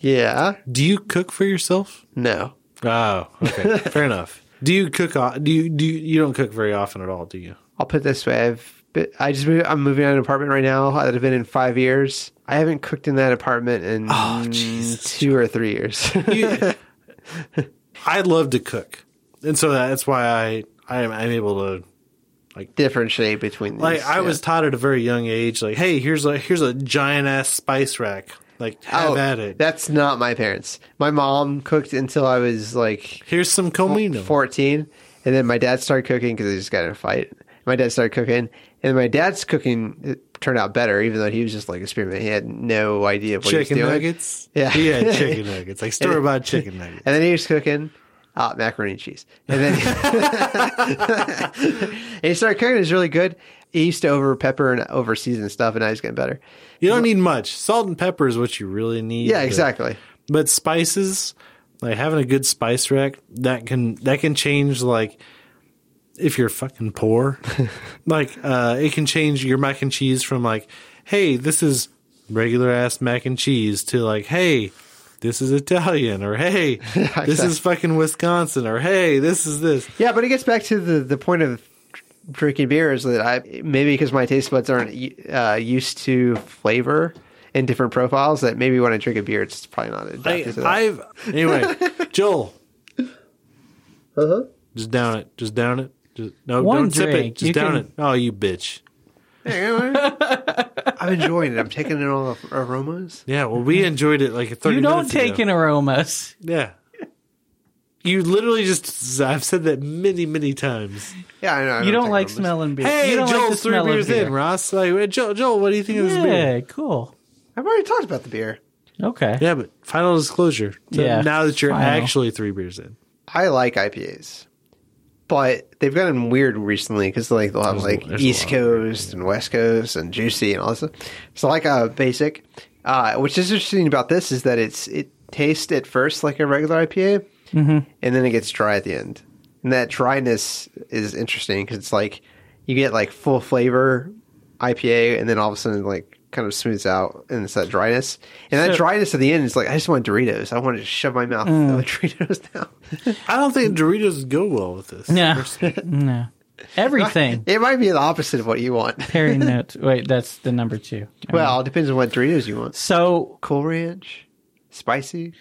S5: Yeah.
S2: Do you cook for yourself?
S5: No.
S2: Oh, okay, fair enough. Do you cook? o- Do you do you, you don't cook very often at all? Do you?
S5: I'll put it this way. I've been, I just moved, I'm moving out of an apartment right now that I've been in five years. I haven't cooked in that apartment in
S2: Oh,
S5: two or three years.
S2: you I love to cook, and so that's why I I am I'm able to
S5: Differentiate between these.
S2: like I
S5: yeah.
S2: was taught at a very young age like hey here's a here's a giant ass spice rack like have
S5: Oh,
S2: at it
S5: That's not my parents. My mom cooked until I was like
S2: here's some comino
S5: 14, and then my dad started cooking because they just got in a fight. My dad started cooking, and my dad's cooking it turned out better, even though he was just like experimenting. He had no idea what he was
S2: chicken
S5: doing.
S2: nuggets
S5: Yeah.
S2: yeah chicken nuggets like store bought chicken nuggets
S5: And then he was cooking uh, macaroni and cheese. And then and he started cooking. It was really good. He used to over pepper and over season stuff, and now he's getting better.
S2: you don't need much salt and pepper is what you really need
S5: Yeah,
S2: but-
S5: exactly.
S2: but spices like having a good spice rack that can that can change like if you're fucking poor like uh it can change your mac and cheese from like hey this is regular ass mac and cheese to like hey this is Italian or hey this is fucking Wisconsin or hey this is this
S5: Yeah, but it gets back to the, the point of dr- drinking beer is that I maybe because my taste buds aren't uh, used to flavor and different profiles that maybe when I drink a beer, it's probably not
S2: I,
S5: adapted to that.
S2: I've anyway Joel just down it just down it just, no
S4: One
S2: don't sip it
S4: drink,
S2: just
S4: you
S2: down
S4: can-
S2: it oh you bitch
S5: I'm enjoying it. I'm taking in all the aromas.
S2: yeah well we enjoyed it like 30
S4: You don't
S2: minutes
S4: take
S2: ago.
S4: in aromas.
S2: Yeah. You literally just, I've said that many, many times.
S5: Yeah, I know. I
S4: You don't
S5: take
S4: like
S5: aromas.
S4: smelling beer.
S2: Hey,
S4: you don't
S2: Joel's
S4: like the
S2: three
S4: smell of
S2: beers
S4: beer.
S2: in, Ross. Like, "Hey, Joel, Joel, what do you think of this beer?
S4: Yeah, cool.
S5: I've already talked about the beer.
S4: Okay.
S2: Yeah, but final disclosure. So
S4: Yeah,
S2: now that you're
S4: final.
S2: actually three beers in.
S5: I like IPAs, but they've gotten weird recently because like they'll have
S2: There's a-
S5: like
S2: there's a
S5: East
S2: lot of weird,
S5: Coast and West Coast and Juicy and all this. Stuff. So like a basic, uh, which is interesting about this is that it's it tastes at first like a regular IPA, and then it gets dry at the end, and that dryness is interesting because it's like you get like full flavor IPA, and then all of a sudden like kind of smooths out, and it's that dryness, and that
S4: So-
S5: dryness at the end is like I just want Doritos. I want to shove my mouth with Doritos now.
S2: I don't think Doritos would go well with this.
S4: No. no. Everything.
S5: It might be the opposite of what you want.
S4: Pairing notes. Wait, that's the number two.
S5: Well, it depends on what Doritos you want.
S4: So,
S5: Cool Ranch, spicy.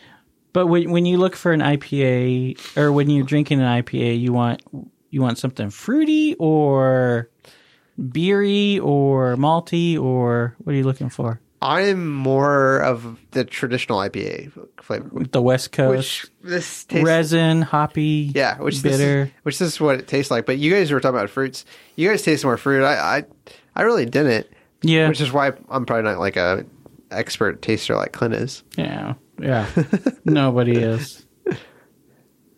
S4: but when, when you look for an IPA or when you're drinking an IPA, you want you want something fruity or beery or malty or what are you looking for?
S5: I'm more of the traditional IPA flavor,
S4: The West Coast
S5: which this tastes
S4: resin, hoppy,
S5: yeah, which this is-
S4: bitter.
S5: which this is what it tastes like. But you guys were talking about fruits. You guys taste more fruit. I I, I really didn't.
S4: yeah.
S5: Which is why I'm probably not like a expert taster like Clint is.
S4: yeah. Yeah. Nobody is.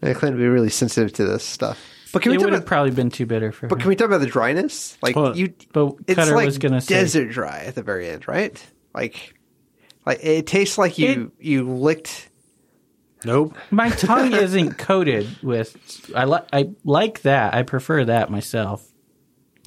S5: And Clint would be really sensitive to this stuff. But can
S4: it
S5: we talk
S4: would have
S5: about?
S4: probably been too bitter for
S5: but
S4: her.
S5: can we talk about the dryness? Like
S2: Well,
S5: you,
S4: but Cutter was gonna say-
S5: desert dry at the very end, right? Like, like it tastes like you you licked.
S2: Nope.
S4: My tongue isn't coated with. I like. I like that. I prefer that myself.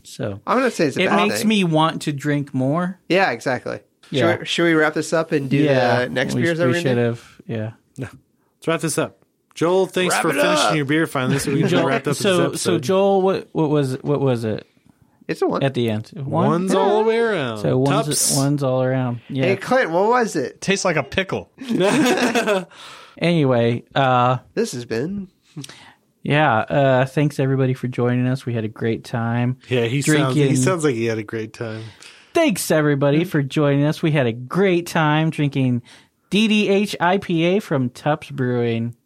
S4: So
S5: I'm gonna say it's a
S4: it
S5: bad
S4: makes
S5: thing.
S4: me want to drink more.
S5: Yeah, exactly.
S4: Yeah.
S5: Should, we, should we wrap this up and do the next
S4: we,
S5: beers that
S4: we
S5: we're
S4: should
S5: gonna do?
S4: have. Yeah.
S2: Let's wrap this up. Joel, thanks for finishing your beer finally so we can
S4: Joel,
S2: wrap up this
S4: so
S2: episode.
S4: so Joel, what what was what was it
S5: It's a one.
S4: at the end? One?
S2: one's all the way around.
S4: So one's
S2: Tups.
S4: one's all around. Yeah.
S5: Hey Clint, what was it?
S8: Tastes like a pickle.
S4: Anyway, uh,
S5: This has been
S4: yeah. Uh, thanks everybody for joining us. We had a great time.
S2: Yeah, he sounds, he sounds like he had a great time.
S4: Thanks everybody for joining us. We had a great time drinking DDH IPA from Tupps Brewing.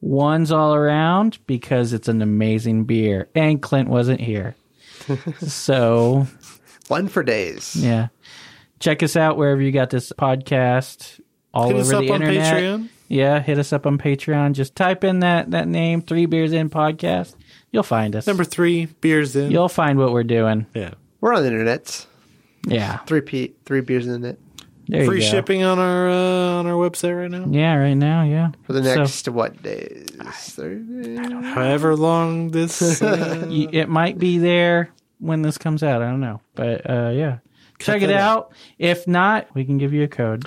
S4: One's all around because it's an amazing beer, and Clint wasn't here. so,
S5: One for days.
S4: yeah. Check us out wherever you got this podcast, all
S2: Hit
S4: over
S2: us
S4: the
S2: up on
S4: internet.
S2: Patreon.
S4: Yeah, hit us up on Patreon. Just type in that that name, Three Beers In Podcast. You'll find us.
S2: Number three, beers in.
S4: You'll find what we're doing.
S2: yeah.
S5: We're on the internet.
S4: Yeah,
S5: Three p three beers in the net
S4: there
S2: Free
S4: you go.
S2: shipping on our uh, on our website right now.
S4: Yeah, right now. Yeah,
S5: for the
S4: So,
S5: next what days? Thursday?
S2: However long this uh,
S4: y- it might be there when this comes out. I don't know, but uh, yeah, check it out. If not, we can give you a code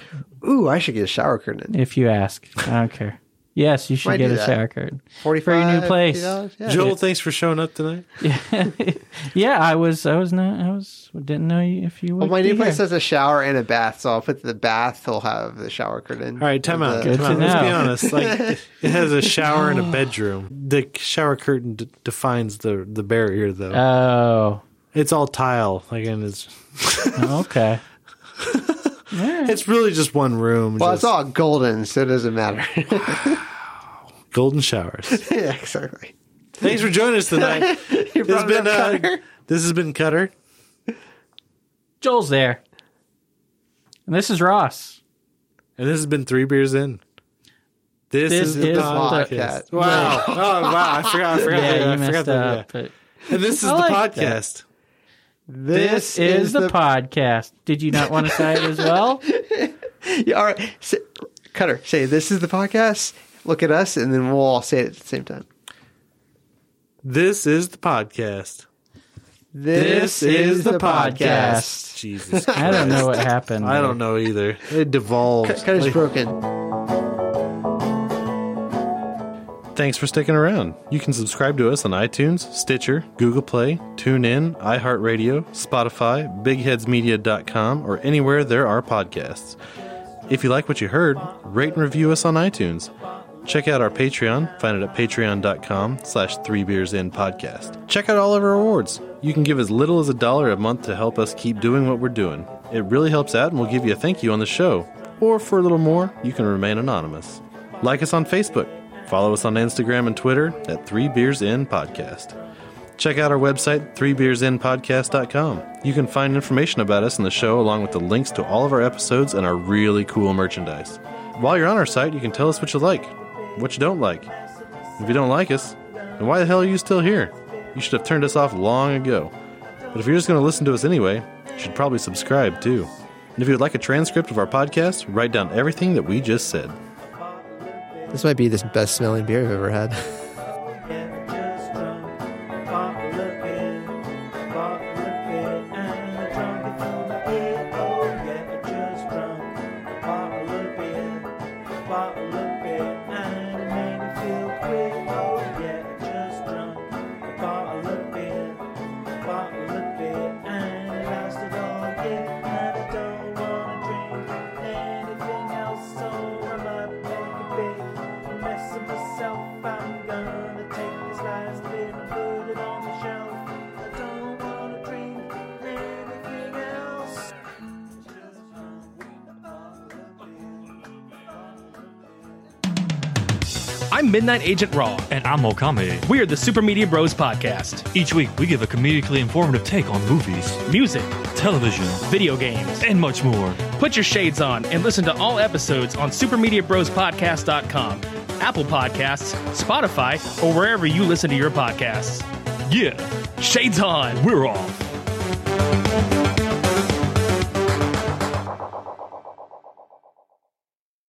S5: Ooh, I should get a shower curtain.
S4: if you ask. I don't care. Yes, you should
S5: Might
S4: get
S5: do
S4: a
S5: that.
S4: shower curtain.
S5: Forty
S4: For your new place.
S5: Yeah.
S2: Joel, thanks for showing up tonight.
S4: Yeah, I was. I was not. I was. Didn't know you- if you. Would
S5: Well, my
S4: be
S5: new place
S4: here.
S5: has a shower and a bath, so I'll put the bath. Will have the shower curtain.
S2: All right, time out.
S4: Good
S2: Time out.
S4: to
S2: Let's be
S4: know.
S2: honest. Like it has a shower and a bedroom. The shower curtain d- defines the the barrier, though.
S4: Oh,
S2: it's all tile. Like and it's
S4: okay.
S2: it's really just one room.
S5: Well,
S2: just
S5: it's all golden, so it doesn't matter.
S2: golden showers.
S5: yeah, exactly.
S2: Thanks for joining us tonight.
S5: You
S2: this has
S5: brought it
S2: been
S5: up,
S2: uh,
S5: Connor.
S2: this has been Cutter.
S4: Joel's there, and this is Ross.
S2: And this has been three beers in. This,
S4: This
S2: is the
S4: is the
S2: podcast.
S5: podcast.
S2: Wow! oh wow! I forgot. I forgot.
S4: Yeah,
S2: that. I
S4: you
S2: forgot
S4: messed
S2: that.
S4: up. but-
S2: yeah. And this is
S4: I
S2: the
S4: like that.
S2: podcast.
S4: This is the podcast. Did you not want to say it as well?
S5: Yeah, all right, say, Cutter, say this is the podcast. Look at us, and then we'll all say it at the same time.
S2: This is the podcast.
S4: This is the podcast.
S2: Jesus.
S4: I don't know what happened.
S2: I don't know either. It devolves.
S5: Cutter's broken.
S2: Thanks for sticking around. You can subscribe to us on iTunes, Stitcher, Google Play, TuneIn, iHeartRadio, Spotify, BigHeadsMedia.com, or anywhere there are podcasts. If you like what you heard, rate and review us on iTunes. Check out our Patreon. Find it at patreon.com slash three beers in podcast. Check out all of our awards. You can give as little as a dollar a month to help us keep doing what we're doing. It really helps out and we'll give you a thank you on the show. Or for a little more, you can remain anonymous. Like us on Facebook. Follow us on Instagram and Twitter at Three Beers In Podcast. Check out our website, threebeersinpodcast.com. You can find information about us and the show, along with the links to all of our episodes and our really cool merchandise. While you're on our site, you can tell us what you like, what you don't like. If you don't like us, then why the hell are you still here? You should have turned us off long ago. But if you're just going to listen to us anyway, you should probably subscribe too. And if you'd like a transcript of our podcast, write down everything that we just said.
S5: This might be the best smelling beer I've ever had.
S8: Myself, I'm gonna take this last bit and put it on the shelf. I don't wanna drink anything else.
S7: I'm Midnight Agent Raw.
S9: And I'm Okami.
S7: We are the Super Media Bros Podcast.
S9: Each week, we give a comedically informative take on movies,
S7: Music,
S9: television,
S7: video games.
S9: and much more.
S7: Put your shades on and listen to all episodes on supermediabrospodcast.com, Apple Podcasts, Spotify, or wherever you listen to your podcasts.
S9: Yeah,
S7: Shades on!
S9: we're off.